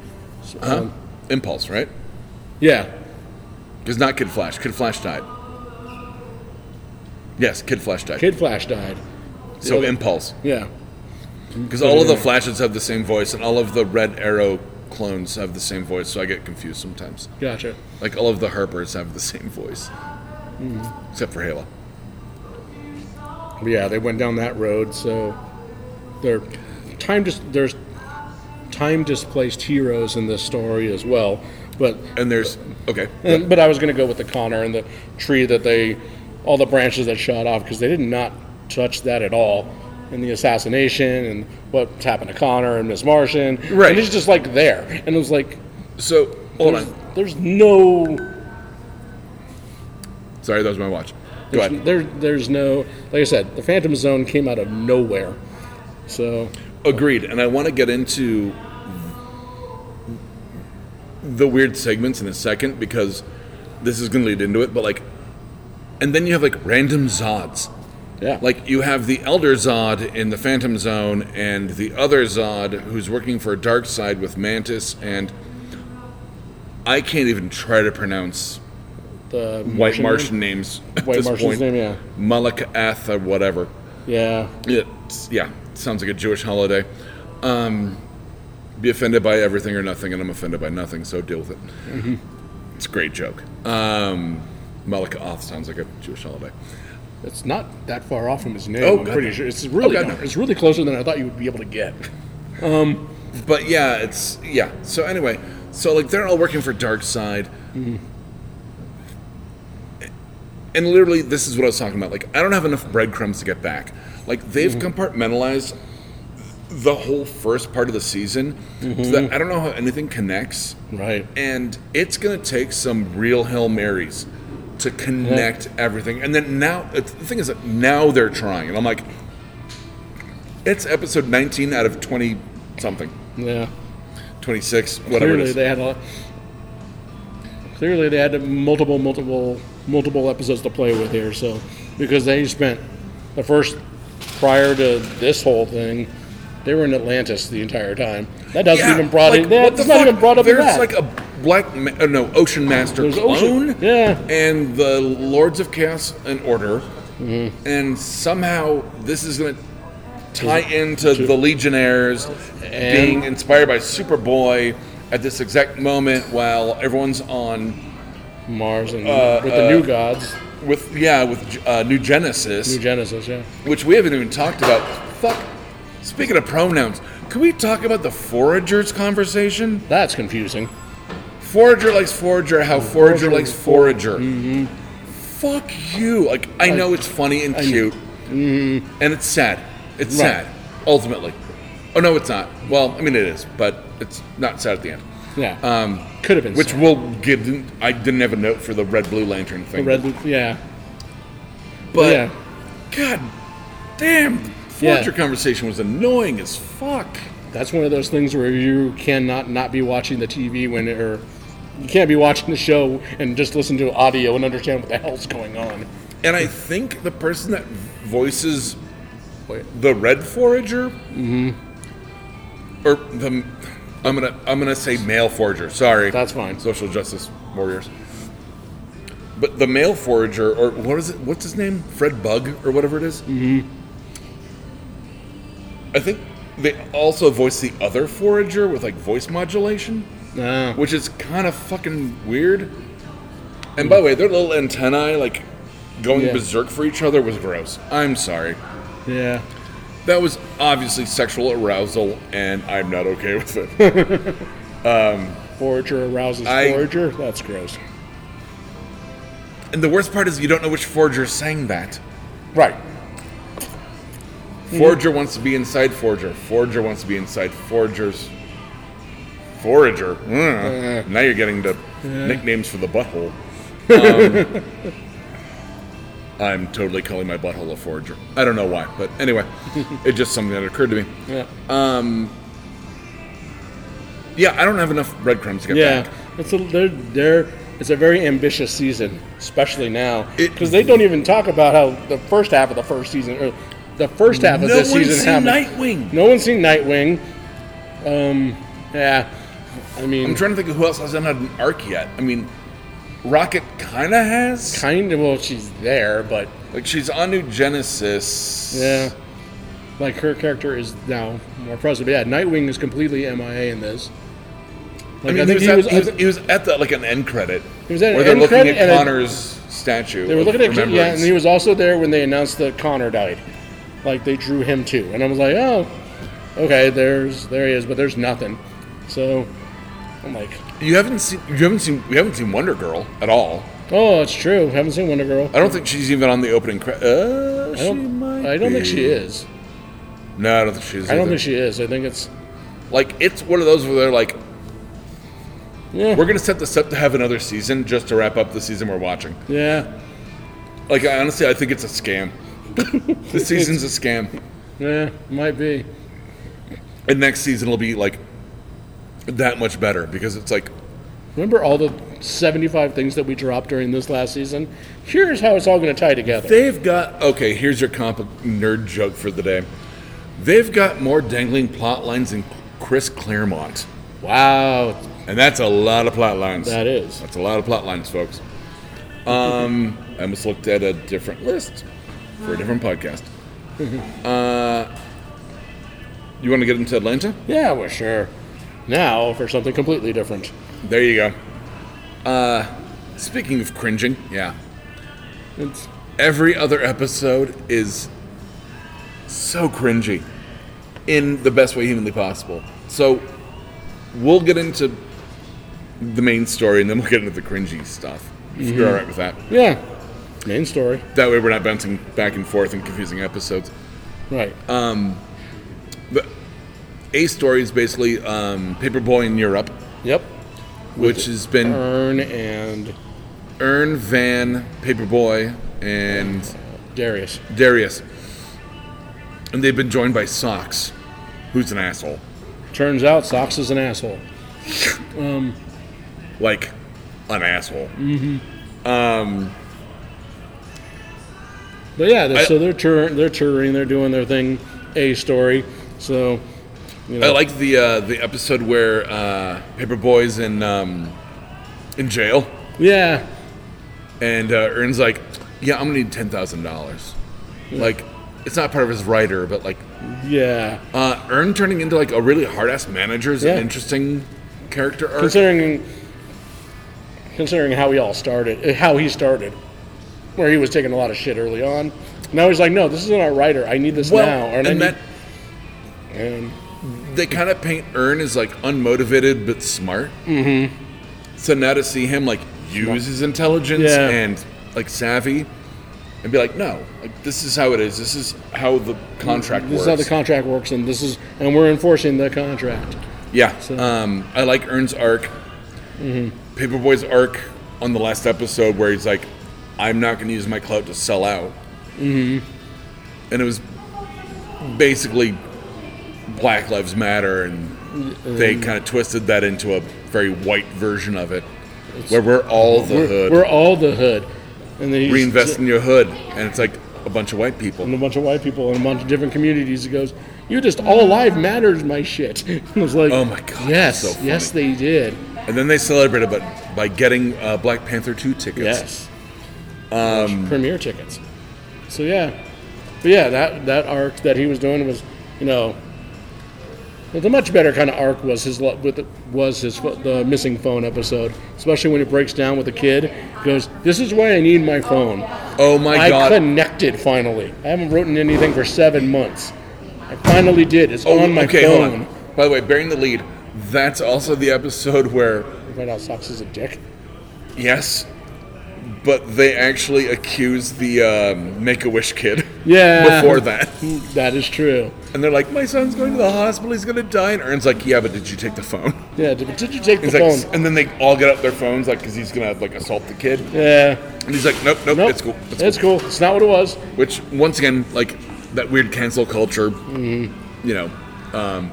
So, um,
Impulse, right?
yeah,
Because not Kid Flash. Kid Flash died. Yes, Kid Flash died.
Kid Flash died.
so
other-
Impulse.
Yeah,
Because
Oh,
all of the Flashes have the same voice, and all of the Red Arrow clones have the same voice, so I get confused sometimes.
gotcha.
Like all of the Harpers have the same voice,
Mm-hmm.
except for Halo.
But yeah, they went down that road. So they're time just there's time displaced heroes in this story as well. But
And there's okay.
and, but I was gonna go with the Connor and the tree that they all the branches that shot off because they did not touch that at all. And the assassination and what's happened to Connor and Miss Martian.
Right.
And it's just like there. And it was like
So hold
there's,
on.
there's no
Sorry, that was my watch. Go
there's,
ahead.
there there's no like I said, the Phantom Zone came out of nowhere. So
Agreed. And I want to get into the weird segments in a second because this is going to lead into it, but like, and then you have like random Zods.
Yeah.
Like you have the Elder Zod in the Phantom Zone, and the other Zod who's working for Dark Side with Mantis, and I can't even try to pronounce
the
White
man?
Martian names. At
White
this point.
Martian's name, yeah.
Malak Ath or whatever.
Yeah.
It's, yeah, sounds like a Jewish holiday. Um, be offended by everything or nothing, and I'm offended by nothing, so deal with it. It's a great joke. Um, Malak Ath sounds like a Jewish holiday.
It's not that far off from his name.
Oh,
I'm
God,
pretty
no.
sure. It's really
Oh, God,
not.
no.
it's really closer than I thought you would be able to get.
But yeah, it's yeah. So anyway, so like they're all working for Dark Side. And literally this is what I was talking about. Like I don't have enough breadcrumbs to get back. Like they've compartmentalized the whole first part of the season so that I don't know how anything connects.
Right.
And it's going to take some real Hail Marys to connect everything. And then now, it's- the thing is that now they're trying. And I'm like, it's episode 19 out of 20 something,
Yeah.
26, whatever it
Clearly
is.
they had a Clearly they had multiple multiple multiple episodes to play with here, so because they spent the first prior to this whole thing, they were in Atlantis the entire time. That doesn't even brought
like,
in that,
what the
that's not
fuck?
even brought up in
There's
that.
like a black, ma- uh, no, Ocean Master
There's
clone.
Ocean- yeah.
And the Lords of Chaos and Order.
Mm-hmm.
And somehow this is going to tie into the Legionnaires being inspired by Superboy at this exact moment while everyone's on
Mars and with the new gods,
with yeah with uh, New Genesis,
New Genesis, yeah.
which we haven't even talked about. Fuck. Speaking of pronouns, can we talk about the Foragers conversation?
That's confusing.
Forager likes Forager, how Forager likes Forager.
Mm-hmm.
Fuck you. Like, I know it's funny and cute. And it's sad. It's
Mm-hmm. Right.
sad, ultimately. Oh, no, it's not. Well, I mean, it is, but it's not sad at the end.
Yeah.
Um,
Could have been
Which
sad.
will give. I didn't have a note for the red blue lantern thing.
red yeah.
but
yeah.
God damn,
Yeah.
Forager conversation was annoying as fuck.
That's one of those things where you cannot not be watching the TV when or you can't be watching the show and just listen to audio and understand what the hell's going on.
And I think the person that voices the red forager,
Mm-hmm.
or the I'm gonna I'm gonna say male forager. Sorry,
That's fine.
Social justice warriors. But the male forager, or what is it? What's his name? Fred Bug, or whatever it is?
Mm-hmm.
I think they also voice the other forager with like voice modulation
No.
which is kind of fucking weird. And by the way, their little antennae, like going
Yeah.
berserk for each other, was gross. I'm sorry.
Yeah.
That was obviously sexual arousal, and I'm not okay with it. *laughs*
Forager arouses
I-
forager. That's gross.
and the worst part is you don't know which Forger sang that.
Right. Mhm.
Forger wants to be inside Forger. Forger wants to be inside Forger's. Forager.
Uh.
Mm. Now you're getting to nicknames for the
*laughs*
butthole. Um, I'm totally calling my butthole a forager. I don't know why, but
*laughs*
anyway, it's just something that occurred to me.
Yeah.
Yeah, I don't have enough breadcrumbs to get
yeah.
back.
It's a they're, they're it's a very ambitious season, especially now,
It-
because they don't even talk about how the first half of the first season or the first half of
No
this
one's seen
season happened.
Nightwing.
No one's seen Nightwing. Um. Yeah. I mean.
I'm trying to think of who else hasn't had an arc yet. I mean, Rocket kind of has.
kind of well she's there but
Like, she's on New Genesis.
yeah like her character is now more present but yeah nightwing is completely mia in this
I
like
mean,
i,
he,
think
was
he
at,
was,
he, was, he was at the, like an end credit.
He was at an
where they're
end
looking
credit
at
and a-
Connor's statue.
they were
of
looking at yeah
remembrance.
and he was also there when they announced that connor died like they drew him too and i was like oh okay there's there he is but there's nothing so i'm like
you haven't seen you haven't seen we haven't seen Wonder Girl at all.
oh it's true haven't seen wonder girl
I don't think she's even on the opening credit. Uh,
I
she
don't,
might.
I don't think
be.
she is
No, I don't think she is.
i don't
either.
think she is i think it's
Like it's one of those where they're like,
yeah
we're gonna set this up to have another season just to wrap up the season we're watching.
yeah
Like I, honestly, I think it's a scam. *laughs* this season's a scam,
yeah might be
and next season will be like that much better because it's like
Remember all the 75 things that we dropped during this last season? Here's how it's all going to tie together.
They've got okay. Here's your comp nerd joke for the day. They've got more dangling plot lines than Chris Claremont,
wow,
and that's a lot of plot lines.
that is.
That's a lot of plot lines, folks. Um, I almost looked at a different list for a different podcast. *laughs* uh, you want to get into Atlanta?
Yeah, well, sure. Now for something completely different.
There you go. Uh, speaking of cringing, yeah.
It's,
Every other episode is so cringy in the best way humanly possible. So we'll get into the main story and then we'll get into the cringy stuff. If you're all right with that.
yeah, main story.
That way we're not bouncing back and forth and confusing episodes.
Right.
The A story is basically um, Paperboy in Europe,
yep.
which has been
Earn and
Ern, Van, Paperboy, and
Darius.
Darius. And they've been joined by Socks, who's an asshole.
Turns out Sox is an asshole.
Like, an asshole.
Mm. But yeah, they
I-
so they're tour- they're touring, they're doing their thing, A story. So
I like the uh, the episode where uh, Paperboy's in um, in jail,
yeah,
and uh, Ern's like, "Yeah, I'm gonna need ten thousand dollars." Like, it's not part of his writer, but like,
yeah.
Uh, Ern turning into like a really hard ass manager is
Yeah.
an interesting character arc.
Considering considering how we all started, uh, how he started, where he was taking a lot of shit early on. Now he's like, no, this isn't our writer. I need this
well,
now.
and,
I need,
that
and
they kind of paint Ern as like unmotivated but smart. Mm-hmm. So now to see him like use his intelligence
Yeah.
and like savvy, and be like, no, like this is how it is. This is how the contract
this is
works.
how the contract works, and this is and we're enforcing the contract.
yeah, um, I like Ern's arc,
Mm-hmm.
Paperboy's arc on the last episode where he's like, I'm not going to use my clout to sell out, mm-hmm. and it was basically Black Lives Matter, and
Mm-hmm.
they kind of twisted that into a very white version of it, where we're all the
We're,
hood,
we're all the hood, and they
reinvest in your hood, and it's like a bunch of white people.
and a bunch of white people and a bunch of different communities. It goes, you just all life matters, my shit. *laughs* I was like,
Oh my God,
yes,
that's so funny.
yes, they did,
And then they celebrated by, by getting uh, Black Panther 2 tickets.
yes, um, premiere tickets. So yeah, but yeah, that that arc that he was doing was, you know, well, the much better kind of arc was his lo- with the, was his pho- the missing phone episode, especially when he breaks down with the kid, goes, this is why I need my phone.
Oh my
I
God.
connected finally. I haven't written anything for seven months. I finally did. It's on my phone.
Oh, hold on. By the way, bearing the lead, that's also the episode where
Find out Sox "Oh, is a dick.
yes, but they actually accuse the um, Make a Wish kid. *laughs*
Yeah.
Before that,
That is true.
and they're like, "My son's going to the hospital. He's going to die." And Ern's like, "Yeah, but did you take the phone?"
Yeah, did, did you take the
He's like,
phone?
and then they all get out their phones, like, because he's gonna like assault the kid.
Yeah.
And he's like, "Nope, nope,
Nope.
it's cool." It's
It's cool. It's not what it was.
cool. Which once again, like that weird cancel culture,
Mm-hmm.
you know, um,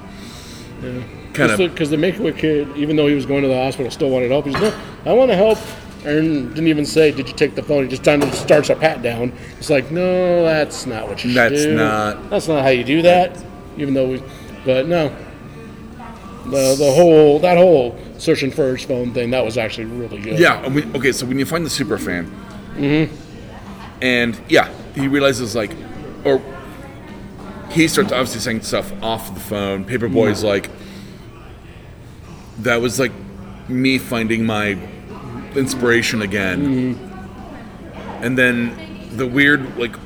kind of
Because the Make-A-Wish kid, even though he was going to the hospital, still wanted help. He's no, I want to help. Aaron didn't even say, did you take the phone? He just kind of starts a pat down. It's like, no, that's not what you should
That's
do.
not-
That's not how you do that. Even though we, but no. The, the whole, that whole searching for his phone thing, that was actually really good.
Yeah. and we- okay. So when you find the super fan,
Mm-hmm.
and yeah, he realizes like, or he starts obviously saying stuff off the phone. Paperboy's like, that was like me finding my inspiration again.
Mm-hmm.
And then the weird like,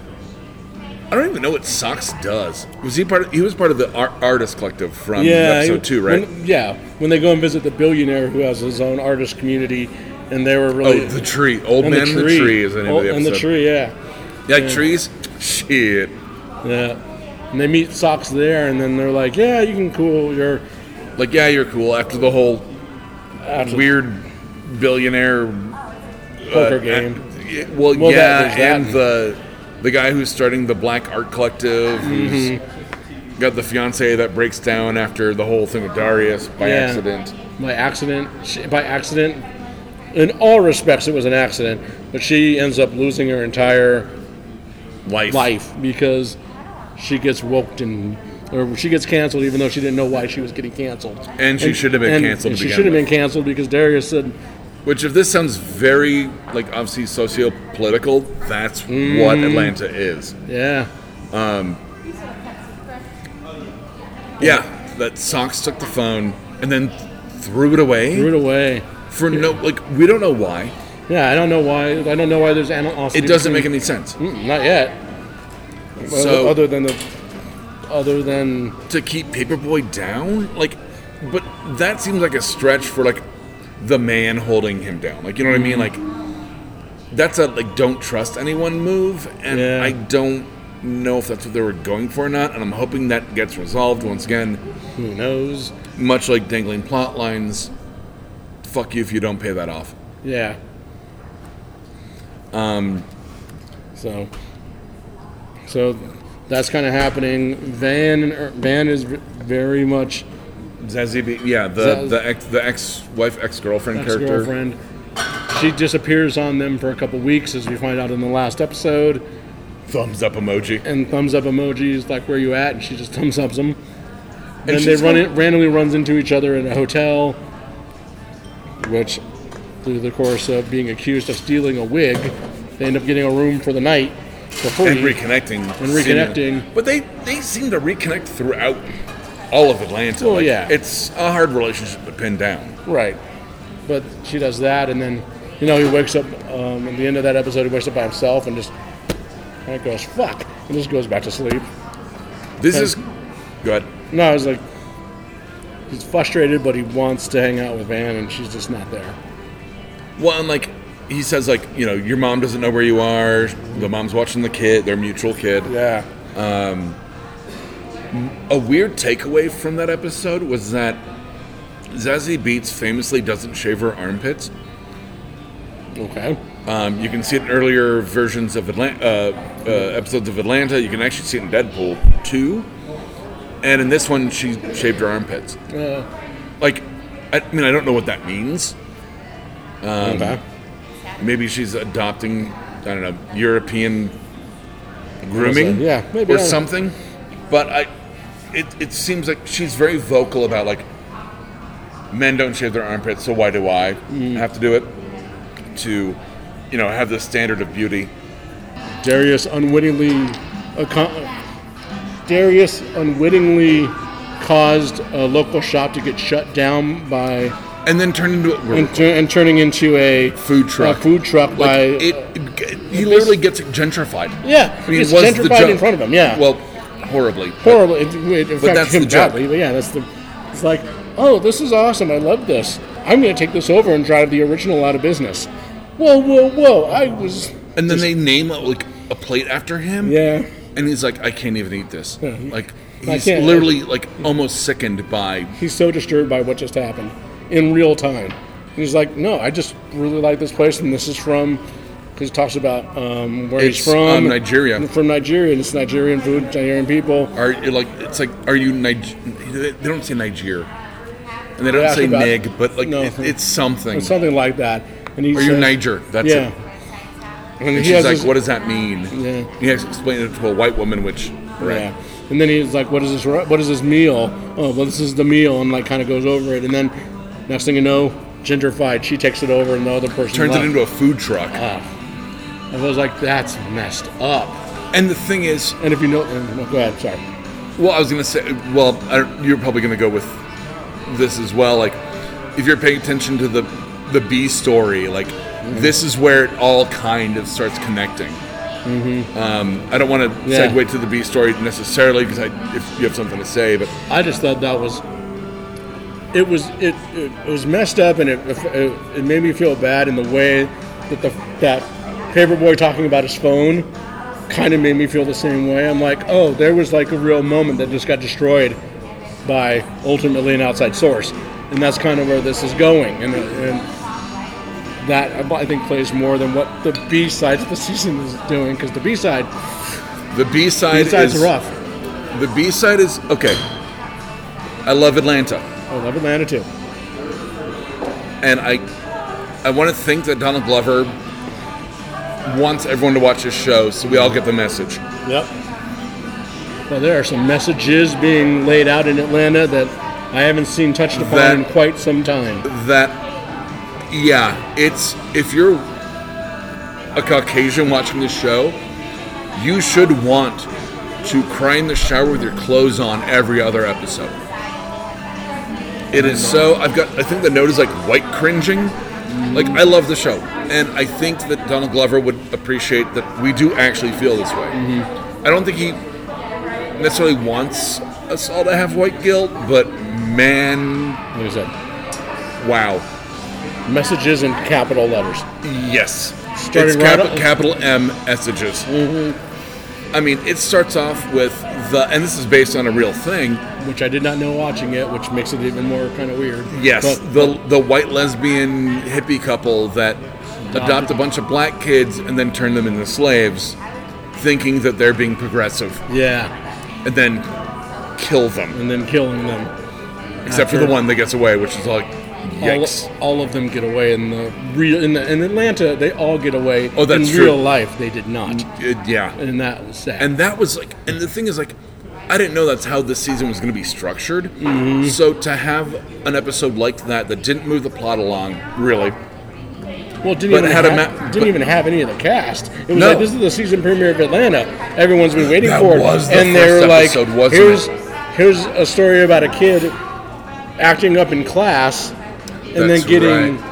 I don't even know what Socks does. Was he part? Of, he was part of the ar- artist collective from episode
he-
two, right?
When, yeah, when they go and visit the billionaire who has his own artist community, and they were really
oh, the tree, old
and
man, and the tree is the name
Oh,
of the episode.
and the tree, yeah,
Yeah, like trees? Shit.
yeah. And they meet Socks there, and then they're like, "Yeah, you can cool your
Like, yeah, you're cool after the whole
after
weird billionaire
poker
uh,
game."
yeah, well,
Well,
yeah,
that- there's that.
and the the guy who's starting the Black Art Collective, who's
Mm-hmm.
Got the fiance that breaks down after the whole thing with Darius by
Yeah.
accident.
by accident. She, by accident, in all respects, it was an accident. But she ends up losing her entire
Life.
life because she gets woked and or she gets canceled even though she didn't know why she was getting canceled.
And she should have been
and-
canceled
and
to
she
begin
should have been
with.
canceled because Darius said,
Which, if this sounds very like obviously socio-political, that's what
Mm.
Atlanta is.
"Yeah,
Yeah, that Socks took the phone and then threw it away
threw it away."
for no like we don't know why.
Yeah, I don't know why. I don't know why there's animosity.
It doesn't make
between-
any sense.
Mm, not yet.
So-
So other than the other than
to keep Paperboy down? Like, but that seems like a stretch for like the man holding him down. Like, you know what I mean? Like, that's a like don't trust anyone move, and
Yeah.
I don't know if that's what they were going for or not. And I'm hoping that gets resolved once again,
who knows.
much like dangling plot lines. Fuck you if you don't pay that off.
Yeah. Um. So. So, that's kind of happening. Van and Er- Van is v- very much
Zazie, B- yeah, the
Zaz-
the ex the ex wife ex girlfriend
ex
character.
girlfriend. She disappears on them for a couple weeks, as we find out in the last episode,
Thumbs up emoji.
and thumbs up emojis like "Where you at?" and she just *laughs* thumbs ups them.
And
And then they
she's
run
gonna-
in, randomly runs into each other in a hotel, which, through the course of being accused of stealing a wig, they end up getting a room for the night for free.
and reconnecting
And reconnecting.
But they they seem to reconnect throughout all of Atlanta.
Well, yeah.
it's a hard relationship to pin down.
Right. But she does that, and then, you know, he wakes up um, at the end of that episode. He wakes up by himself and just and goes fuck, and just goes back to sleep.
This
Okay.
is good.
No, I was like, he's frustrated, but he wants to hang out with Van, and she's just not there.
Well, and like he says, like you know, your mom doesn't know where you are. The mom's watching the kid, their mutual kid.
Yeah.
A weird takeaway from that episode was that Zazie Beats famously doesn't shave her armpits.
Okay.
Um, you can see it in earlier versions of Atlanta, uh, uh, episodes of Atlanta. You can actually see it in Deadpool 2. And in this one, she shaved her armpits.
Uh,
Like, I mean, I don't know what that means.
okay.
Maybe she's adopting, I don't know, European grooming
Yeah, maybe,
or
I don't-
something. But I, it, it seems like she's very vocal about, like, men don't shave their armpits, so why do I
Mm.
have to do it? To, you know, have the standard of beauty.
Darius unwittingly, accom- Darius unwittingly caused a local shop to get shut down by
and then turned into a
and, tur- and turning into a
food truck.
A food truck
Like,
by uh,
it, it- he literally gets gentrified.
yeah,
I mean,
it's
was the
gentrified in
joke.
front of him. Yeah,
Well, horribly.
horrible. It, it affects
that's the
him
joke.
badly. But yeah, that's the. It's like, oh, this is awesome. I love this. I'm going to take this over and drive the original out of business. Whoa, whoa, whoa! I was.
And then they name uh, like a plate after him.
Yeah.
And he's like, I can't even eat this. Like
I
he's
can't-
literally like almost sickened by
He's so disturbed by what just happened in real time. And he's like, no, I just really like this place, and this is from. Because he talks about um, where
It's,
he's from.
um, Nigeria.
From Nigeria, and it's Nigerian food, Nigerian people.
are you like it's like are you Niger? They don't say Niger, and they don't
ask
say
about-
Nig, but like
No.
it, it's something.
or something like that. And he
Are you
says-
Niger? That's
Yeah.
it.
And,
And
he
she's
has
like,
this-
what does that mean?
Yeah.
He has to explain it to a white woman, which right.
Yeah. And then he's like, what is this? ri- What is this meal? Oh, well, this is the meal, and like kind of goes over it. And then next thing you know, gentrified. She takes it over, and the other person
Turns
left. Ah.
it into a food truck.
Uh, I was like, that's messed up.
and the thing is,
And if you know, and, no, go ahead. Sorry.
Well, I was gonna say. Well, I, you're probably gonna go with this as well. Like, if you're paying attention to the the B story, like
Mm-hmm.
this is where it all kind of starts connecting. Mm-hmm. Um, I don't want to
Yeah.
segue to the B story necessarily because if you have something to say, but
I just thought that was. It was it, it, it was messed up and it, it it made me feel bad in the way that the that paperboy talking about his phone kind of made me feel the same way. I'm like, oh, there was like a real moment that just got destroyed by ultimately an outside source, and that's kind of where this is going. And, and that I think plays more than what *laughs* the B side of the season is doing because the B side
the B
B
side
sides
is
are rough.
The B side is okay. I love Atlanta,
I Oh, love Atlanta too.
and I I want to think that Donald Glover wants everyone to watch his show, so we all get the message.
Yep. Well, there are some messages being laid out in Atlanta that I haven't seen touched upon
That-
in quite some time.
That yeah, it's if you're a Caucasian watching this show, you should want to cry in the shower with your clothes on every other episode. It is so. I've got. I think the note is like white cringing. Like I love the show, and I think that Donald Glover would appreciate that we do actually feel this way. I don't think he necessarily wants us all to have white guilt, but man,
Like I said,
wow.
messages in capital letters.
Yes.
Starting
it's
right Mm-hmm.
capi-
off-
capital M messages. I mean, it starts off with the, and this is based on a real thing.
which I did not know watching it, which makes it even more kind of weird.
Yes,
But
the the white lesbian hippie couple that adopt a bunch of black kids and then turn them into slaves, thinking that they're being progressive,
yeah,
and then kill them.
and then killing them.
Except for
After-
the one that gets away, which is like, yikes.
All, all of them get away in the real in the in Atlanta. They all get away.
Oh, that's
in
true.
real life. They did not,
Uh, yeah.
and that was sad.
and that was like and the thing is like i didn't know that's how this season was going to be structured so to have an episode like that that didn't move the plot along really
well, it didn't
but
even
had
have,
a ma-
didn't
but-
even have any of the cast. It was
No.
like this is the season premiere of Atlanta. Everyone's been waiting
That
for it,
was the
and
first
they were like,
episode, wasn't
"Here's
it?
here's a story about a kid acting up in class, and
That's
then getting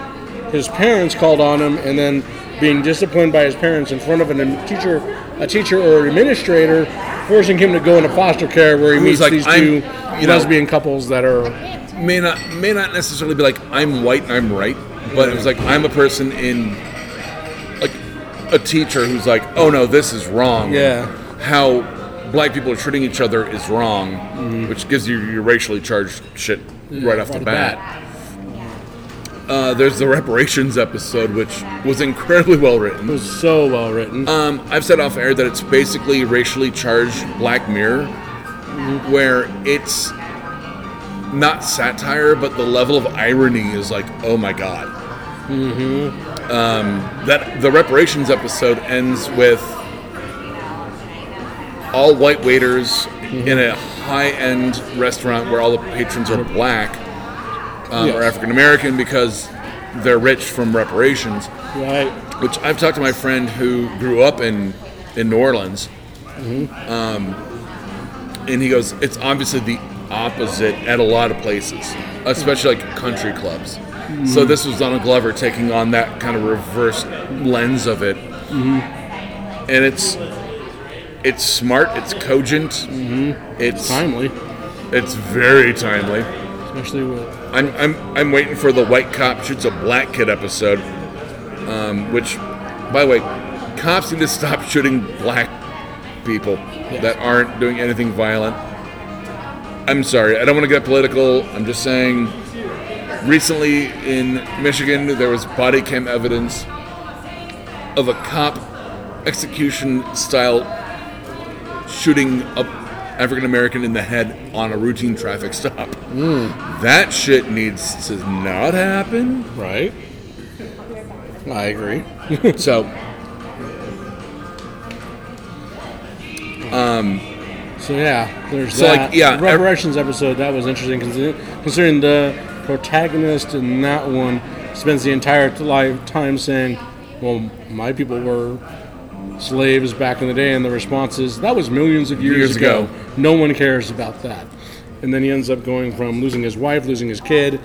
his parents called on him, and then being disciplined by his parents in front of an, a teacher, a teacher or administrator, forcing him to go into foster care where he
Who's
meets
like,
these
"I'm-
two
you know-
lesbian couples that are
may not may not necessarily be like i'm white and i'm right but it was like i'm a person in like a teacher who's like oh no this is wrong
Yeah.
how black people are treating each other is wrong
Mm-hmm.
which gives you your racially charged shit right off the bat. Uh, there's the reparations episode, which was incredibly well
It
written.
was so well written.
Um, I've said off air that it's basically racially charged Black Mirror, where it's not satire, but the level of irony is like, oh my god. Mm-hmm. Um, that the reparations episode ends with all white waiters in a high-end restaurant where all the patrons are black um, or
Yes.
African American because they're rich from reparations
right?
which I've talked to my friend who grew up in in New Orleans, um, and he goes, it's obviously the opposite at a lot of places, especially like country clubs. So this was Donald Glover taking on that kind of reverse lens of it, and it's it's smart, it's cogent, it's
Timely,
it's very timely.
especially with
I'm, I'm, I'm waiting for the white cop shoots a black kid episode, um, which, by the way, cops need to stop *laughs* shooting black people that aren't doing anything violent. I'm sorry, I don't want to get political. I'm just saying. Recently in Michigan, there was body cam evidence of a cop execution style shooting a African American in the head on a routine traffic stop. That shit needs to not happen.
right. I agree. *laughs*
So,
um, So yeah, there's
So, like,
that.
yeah,
The reparations episode that was interesting consi- considering the protagonist in that one spends the entire t- lifetime saying, "Well, my people were slaves back in the day," and the response is, "That was millions of years,
Years ago.
ago. No one cares about that." And then he ends up going from losing his wife, losing his kid,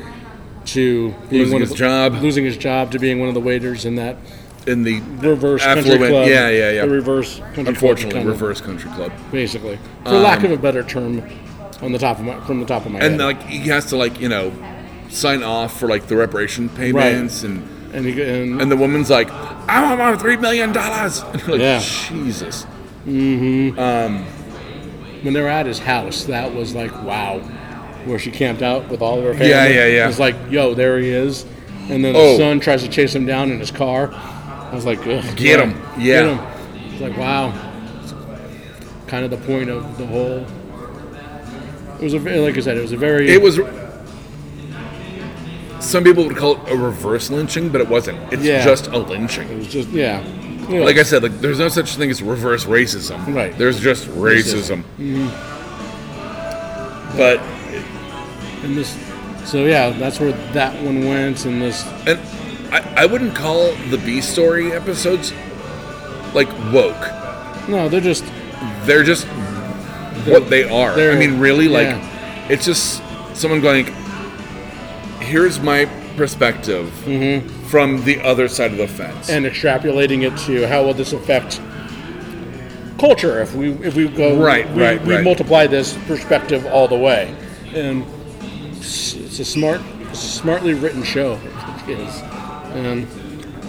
to being
Losing
one of
his
the-
job.
losing his job to being one of the waiters in that
in the
reverse country
Affluent-
club.
yeah, yeah, yeah.
The reverse country club
unfortunately
kind of-
reverse country club,
basically, for lack of a better term, on the top of my from the top of my
and
head.
like he has to like you know sign off for like the reparation payments, and
and, you, and,
and the woman's like, I want my three million dollars. *laughs* like
Yeah.
Jesus.
when they were at his house, that was like wow, where she camped out with all of her family.
Yeah, yeah, yeah.
It's like yo, there he is, and then
Oh.
the son tries to chase him down in his car. I was like, Ugh,
Get him.
get
Yeah.
him. It's like wow, kind of the point of the whole It was a ve- like I said, it was a very
It was. Some people would call it a reverse lynching, but it wasn't. It's
Yeah.
just a lynching.
it was just yeah. You know,
Like I said, like there's no such thing as reverse racism.
Right.
There's just racism. But
and this, so yeah, that's where that one went, and this
and I, I wouldn't call the B story episodes like woke.
no, they're just
They're just what they are. I
they're-
mean, really, like
yeah.
it's just someone going. Here's my perspective from the other side of the fence.
Mm-hmm. and extrapolating it to how will this affect culture if we if we go
Right,
we,
right,
we
right.
multiply this perspective all the way and it's it's a smart it's a smartly written show it is and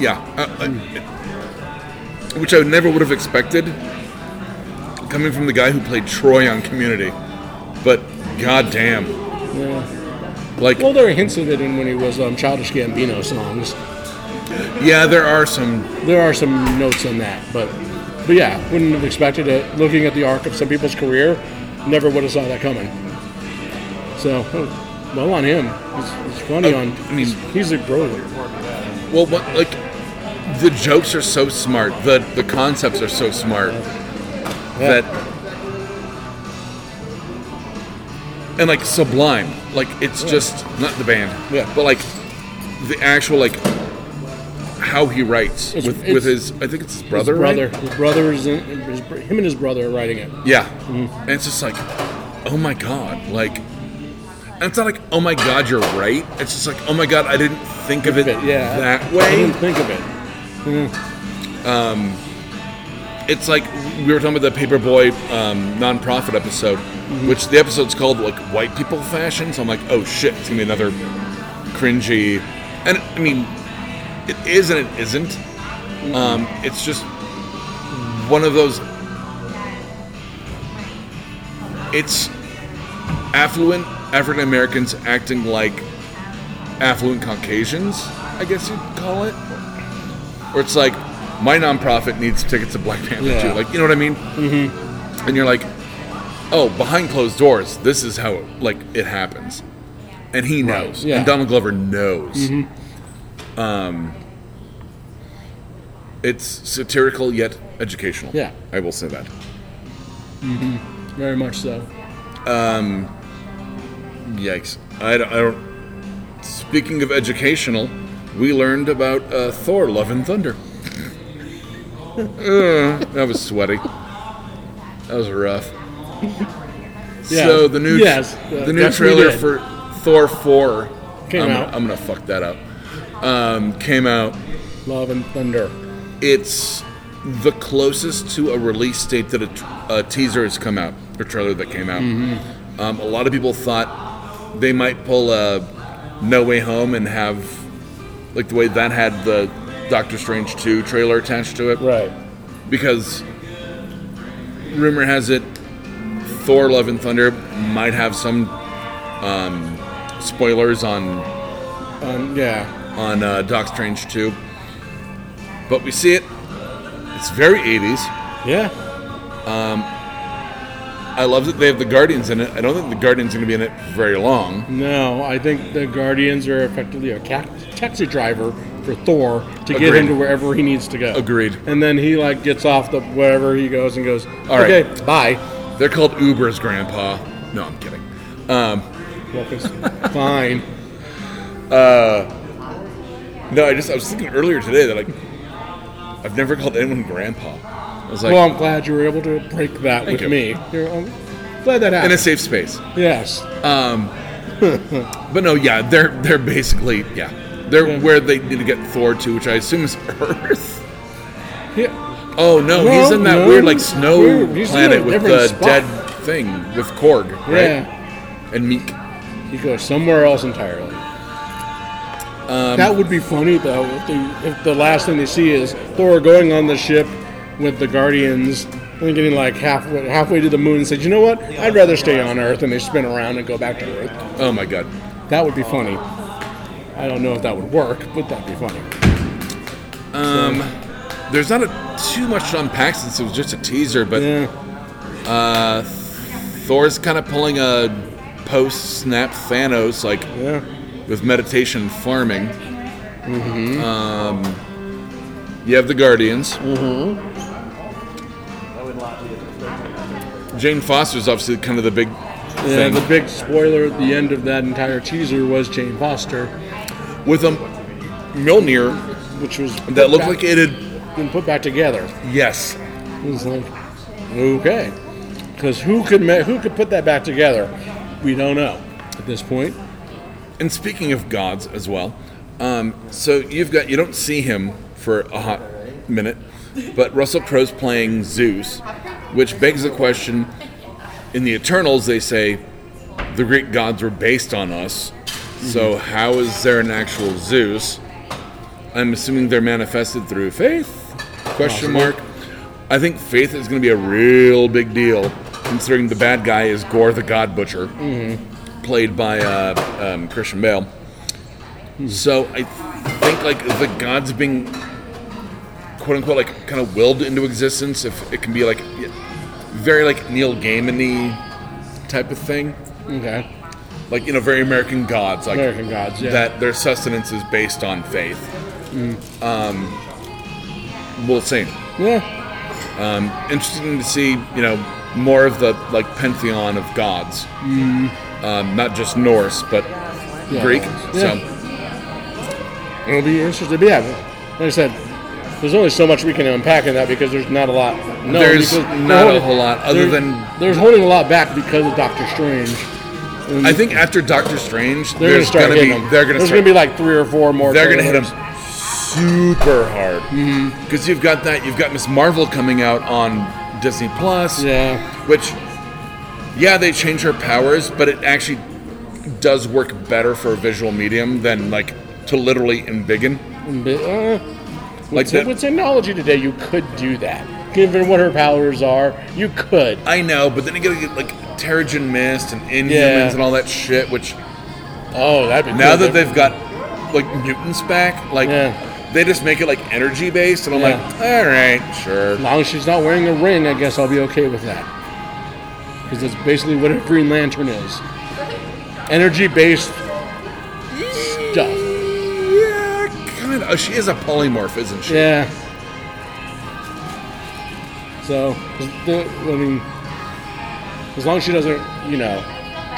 Yeah, uh, uh, which I never would have expected, coming from the guy who played Troy on Community. But goddamn,
yeah.
like
well there are hints of it in when he was um, childish Gambino songs
yeah, there are some.
there are some notes on that but but yeah wouldn't have expected it looking at the arc of some people's career never would have saw that coming so oh, well on him it's, it's funny
Uh,
on
I mean-
he's a brilliant
Well, what, like the jokes are so smart. The the concepts are so smart
Yeah.
that and like Sublime, like it's just not the band,
Yeah.
but like the actual like how he writes
It's-
with
it's-
with his I think it's his brother,
his
right?
brother, his brother is in, his, br- him and his brother are writing it.
Yeah.
Mm-hmm.
And it's just like, oh my god, like and it's not like, oh my god, you're right. It's just like, oh my god, I didn't think of it
But yeah, Mm-hmm.
that
I
way.
didn't think of it.
It's like we were talking about the paperboy um, nonprofit episode, which the episode's called like white people fashion. So I'm like, oh shit, it's gonna be another cringy. And I mean, it is and it isn't. Um, it's just one of those. It's affluent African Americans acting like affluent Caucasians, I guess you'd call it. Or it's like, my nonprofit needs tickets to Black Panther
Yeah.
too. Like, you know what I mean? Mm-hmm. And you're like, oh, behind closed doors, this is how it, like it happens, and he knows,
yeah. Mm-hmm.
and Donald Glover knows. Um, it's satirical yet educational.
Yeah.
I will say that.
Very much so.
Yikes! I don't. I don't speaking of educational, we learned about uh, Thor: Love and Thunder. *laughs* uh, that was sweaty. That was rough.
Yeah.
So the new
Yes, uh,
the new
yes, we
trailer
did.
for Thor four
Came
I'm,
out.
I'm gonna fuck that up. Um, came out.
Love and Thunder.
It's the closest to a release date that a, t- a teaser has come out or trailer that came out.
Mm-hmm.
Um, a lot of people thought they might pull a No Way Home and have like the way that had the Doctor Strange two trailer attached to it
Right.
because rumor has it Thor Love and Thunder might have some um, spoilers on
Um, yeah.
on uh, Doc Strange 2. But we see it. It's very 80s.
Yeah.
I love that they have the Guardians in it. I don't think the Guardians are going to be in it very long.
No, I think the Guardians are effectively a ca- taxi driver for Thor to get
Agreed.
him to wherever he needs to go.
Agreed.
And then he like gets off the wherever he goes and goes.
All right.
okay, bye.
They're called Ubers, Grandpa. No, I'm kidding. Um, *laughs*
Well, it's fine.
no, I just I was thinking earlier today that like I've never called anyone Grandpa. I was like
well, I'm glad you were able to break that with
you.
me. You're, I'm glad that
in
happened.
a safe space.
yes.
But no, yeah, they're they're basically yeah, they're where they need to get Thor to, which I assume is *laughs* Earth.
yeah.
Oh no, he's
No,
in that
no,
weird like snow
weird. He's in a
planet with the
different spot.
dead thing with Korg, right?
Yeah.
And Meek.
You go somewhere else entirely. Um, that would be funny though if the, if the last thing they see is Thor going on the ship with the Guardians and then getting like halfway halfway to the moon and said, "You know what? I'd rather stay on Earth." And they spin around and go back to Earth.
Oh my god.
That would be funny. I don't know if that would work, but that'd be funny.
There's not a, too much to unpack since it was just a teaser, but
Yeah.
Thor's kind of pulling a post snap Thanos like
Yeah.
with meditation farming. Mm-hmm. Um, you have the Guardians. Mm-hmm. Jane Foster's obviously kind of the big
Yeah,
thing
the big spoiler at the end of that entire teaser was Jane Foster,
with a Mjolnir
which was
that looked like it had
been put back together.
yes.
It was like, okay, because who could ma- who could put that back together? We don't know at this point.
And speaking of gods as well, um, so you've got you don't see him for a hot minute, but Russell Crowe's playing Zeus, which begs the question: In the Eternals, they say the Greek gods were based on us, so how is there an actual Zeus? I'm assuming they're manifested through faith? Question mark. I think faith is going to be a real big deal, considering the bad guy is Gore the God Butcher played by uh, um, Christian Bale. So I think like the gods being quote unquote like kind of willed into existence, if it can be like very like Neil Gaiman type of thing,
Okay,
like you know very American gods, like
American gods. Yeah,
that their sustenance is based on faith.
Mm.
Um, we'll see.
yeah,
Interesting to see you know more of the like pantheon of gods,
Mm.
um, not just Norse but
yeah.
Greek. So.
Yeah. it'll be interesting. But yeah, like I said, there's only so much we can unpack in that because there's not a lot. No,
There's not a whole lot other than-
there's holding a lot back because of Doctor Strange.
I think after Doctor Strange,
They're
there's
gonna start
gonna
hitting
be
them.
they're gonna
there's
start,
gonna be like three or four more. Mm-hmm.
they're gonna hit him
trailers.
super hard because you've got that you've got Miss Marvel coming out on Disney Plus,
Yeah.
which yeah they change her powers, but it actually does work better for a visual medium than like to literally embiggen.
But, uh, with,
Like
te-
that-
with technology today, you could do that. Given what her powers are, you could.
I know, but then you gotta get like Terrigen Mist and Inhumans
Yeah.
and all that shit, which
Oh, that'd be
now
cool.
that they've got like mutants back, like
Yeah.
they just make it like energy based, and I'm
Yeah.
like, all right, sure.
As long as she's not wearing a ring, I guess I'll be okay with that. Because that's basically what a Green Lantern is. Energy-based stuff.
Yeah, kind of. She is a polymorph, isn't she?
Yeah. So, the, I mean, as long as she doesn't, you know,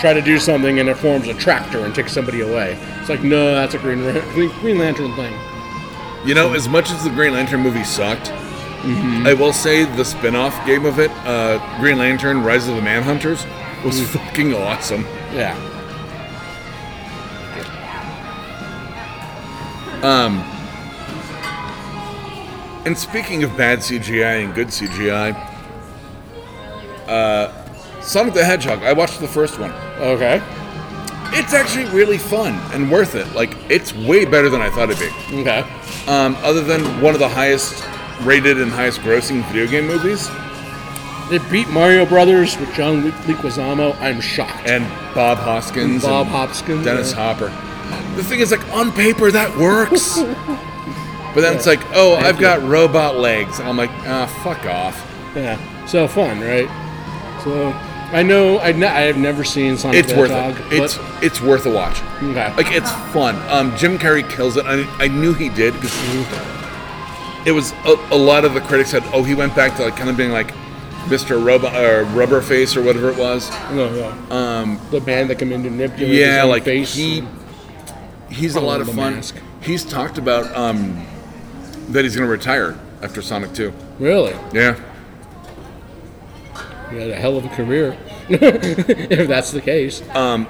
try to do something and it forms a tractor and takes somebody away, it's like, no, that's a Green, Ran- Green, Green Lantern thing.
You know, as much as the Green Lantern movie sucked,
Mm-hmm.
I will say the spin off game of it, uh, Green Lantern Rise of the Manhunters,
Mm.
was fucking awesome.
Yeah.
And speaking of bad CGI and good CGI, uh, Sonic the Hedgehog, I watched the first one.
Okay.
It's actually really fun and worth it. Like, it's way better than I thought it'd be.
Okay.
Um, other than one of the highest rated and highest grossing video game movies,
They beat Mario Brothers with John Li- Leguizamo. I'm shocked.
and Bob Hoskins,
Bob
and
Hopkins,
Dennis
yeah.
Hopper. The thing is, like on paper, that
*laughs*
works, but then it's like, oh, I've got robot legs, and I'm like, ah, fuck off.
yeah. So fun, right? So I know I, ne- I have never seen Sonic
It's
the
worth
Hedgehog.
it. It's it's worth a watch.
but, okay.
Like it's fun. Um, Jim Carrey kills it. I, I knew he did because it was a, a lot of the critics said, oh, he went back to like kind of being like Mr. Robot or Rubber Face or whatever it was.
no, no. Um, the band that come in to manipulate his
yeah,
own
like
face.
he he's a
Oh,
lot of
the
fun.
mask.
He's talked about um, that he's going to retire after Sonic Two.
really,
Yeah,
he had a hell of a career. *laughs* if that's the case,
Uh,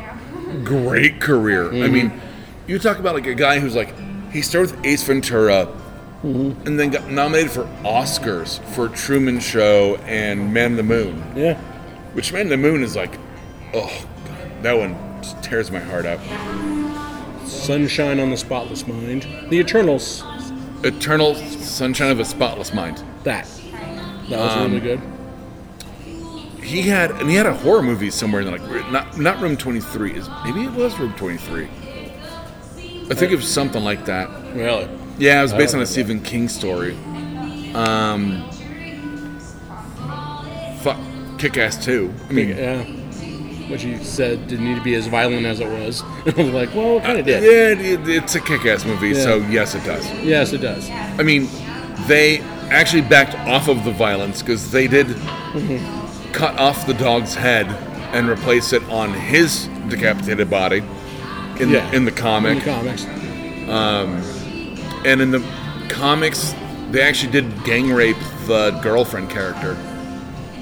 great career. I mean, you talk about like a guy who's like he started with Ace Ventura. And then got nominated for Oscars for Truman Show and Man in the Moon,
yeah.
which Man in the Moon is like, oh, God, that one just tears my heart out.
Sunshine on the Spotless Mind, The Eternals.
Eternal Sunshine of a Spotless Mind.
That that was
Um,
really good.
He had and he had a horror movie somewhere in the, like not not room twenty three is maybe it was room twenty three. I think it was something like that.
Really,
Yeah, it was based on a Stephen King story. Um, fuck, Kick Ass Two. I mean,
yeah. which you said didn't need to be as violent as it was. *laughs* And I was like, well, it kind of did.
Uh, Yeah, it, it's a kick-ass movie, so yes, it does.
Yes, it does.
I mean, they actually backed off of the violence because they did
Mm-hmm.
cut off the dog's head and replace it on his decapitated body in
Yeah.
the, in the comic.
In the comics.
and in the comics, they actually did gang rape the girlfriend character,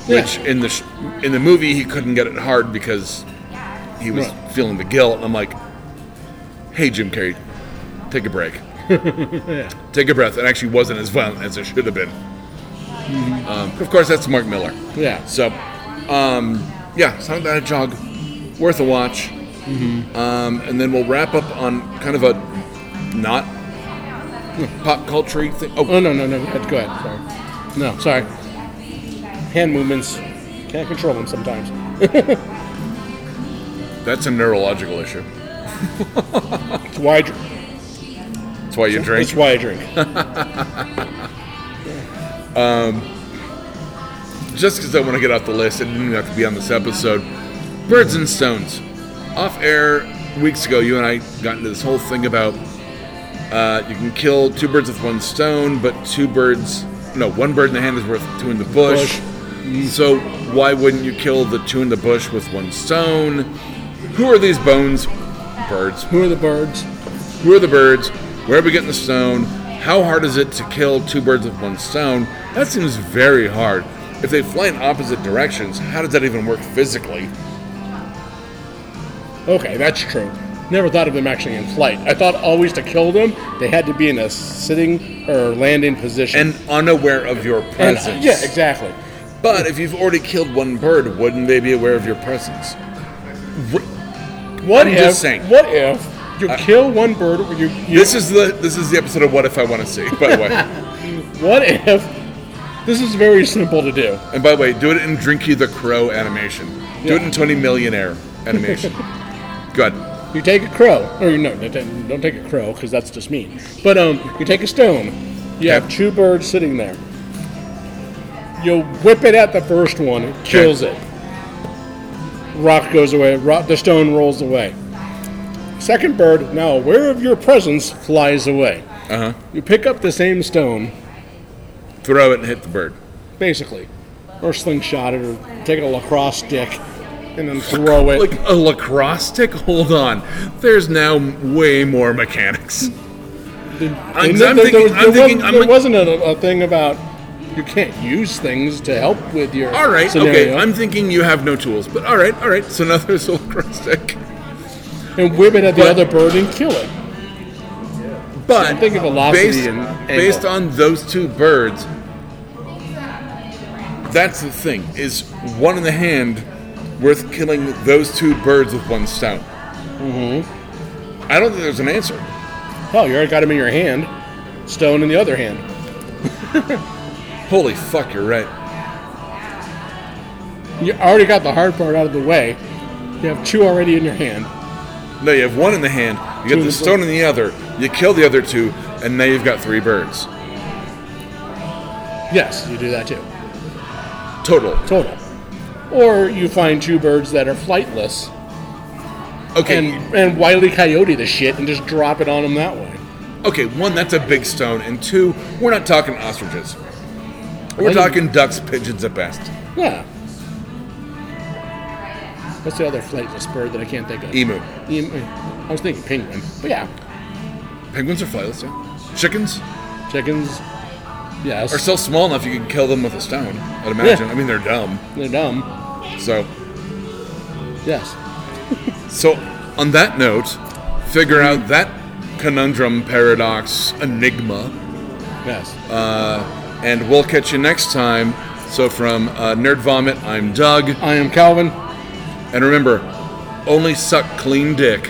which
Yeah.
in the sh- in the movie he couldn't get it hard because he was
Right.
feeling the guilt. I'm like, hey Jim Carrey, take a
*laughs*
break, take a breath. It actually wasn't as violent as it should have been.
Mm-hmm.
Um, of course, that's Mark Miller.
Yeah.
So, um, yeah, Silent Night Jog, worth a watch.
Mm-hmm.
Um, and then we'll wrap up on kind of a not pop culture thing. Oh,
Oh no no no! Go ahead. Go ahead. Sorry. No, sorry. Hand movements can't control them sometimes.
that's a neurological issue.
That's why I drink.
That's why you drink.
That's why I
*laughs*
drink.
Just because I want to get off the list, it didn't even have to be on this episode. Birds and Stones. Off air weeks ago, you and I got into this whole thing about uh, you can kill two birds with one stone, but two birds, no, one bird in the hand is worth two in the bush.
Bush. Mm.
So why wouldn't you kill the two in the bush with one stone? Who are these bones? Birds.
Who are the birds?
Who are the birds? Where are we getting the stone? How hard is it to kill two birds with one stone? That seems very hard. If they fly in opposite directions, how does that even work physically?
Okay, that's true. Never thought of them actually in flight. I thought always to kill them, they had to be in a sitting or landing position.
And unaware of your
And- uh,
presence.
yeah, exactly.
But if you've already killed one bird, wouldn't they be aware of your presence?
What
I'm
if?
just saying. Uh,
What if you kill one bird? Or you, you
This is the this is the episode of What If I Want to See. By the
*laughs*
way,
What if? This is very simple to do.
and by the way, do it in Drinky the Crow animation. Do it
Yeah.
in Tony Millionaire
*laughs*
animation. Good.
You take a crow, or no, don't ta- don't take a crow because that's just mean. But um, you take a stone. You have
Okay.
two birds sitting there. You whip it at the first one, it kills it. Rock goes away. Rock, the stone rolls away. Second bird, now aware of your presence, flies away.
Uh huh.
You pick up the same stone,
Throw it and hit the bird.
basically, or slingshot it, or take a lacrosse stick, and then throw it.
like a lacrosse stick hold on there's now way more mechanics I'm-
And then
I'm
there-
thinking-
there,
I'm
there
thinking-
wasn't,
I'm
there
like-
wasn't a, a thing about you can't use things to help with your.
all right okay
scenario.
i'm thinking you have no tools but all right all right so now there's a lacrosse stick
and whip it at the
but-
other bird and kill it.
but
I'm thinking velocity
based,
and angle.
based on those two birds that's the thing is one in the hand worth killing those two birds with one stone mm-hmm.
Mm-hmm.
i don't think there's an answer
Hell, you already got him in your hand. Stone in the other hand.
holy fuck you're right
You already got the hard part out of the way. You have two already in your hand.
No, you have one in the hand, you
Two
get
in
the
the
stone in the other, you kill the other two, and now you've got three birds.
Yes, you do that too.
Total.
Total. Or you find two birds that are flightless
Okay.
and and wily coyote the shit and just drop it on them that way.
okay, one, that's a big stone, and two, we're not talking ostriches. We're
Well, you-
talking ducks, pigeons at best.
Yeah. What's the other flightless bird that I can't think of?
Emu.
Em- I was thinking penguin, but yeah,
Penguins are flightless, yeah. Chickens
chickens. Yes,
are still small enough you can kill them with a stone, I'd imagine. I mean, they're dumb.
they're dumb.
So,
Yes.
so on that note, figure out that conundrum, paradox, enigma.
Yes.
and we'll catch you next time. So from uh, Nerd Vomit, I'm Doug,
I am Calvin.
and remember, only suck clean dick.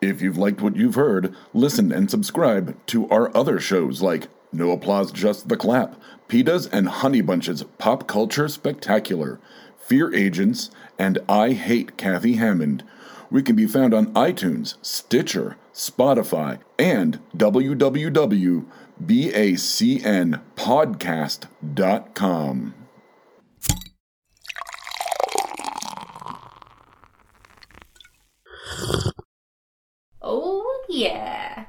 If you've liked what you've heard, listen and subscribe to our other shows like No Applause, Just the Clap, PETA's and Honey Bunches Pop Culture Spectacular, Fear Agents, and I Hate Kathy Hammond. We can be found on iTunes, Stitcher, Spotify, and www
BACN podcast.com.
Oh, yeah.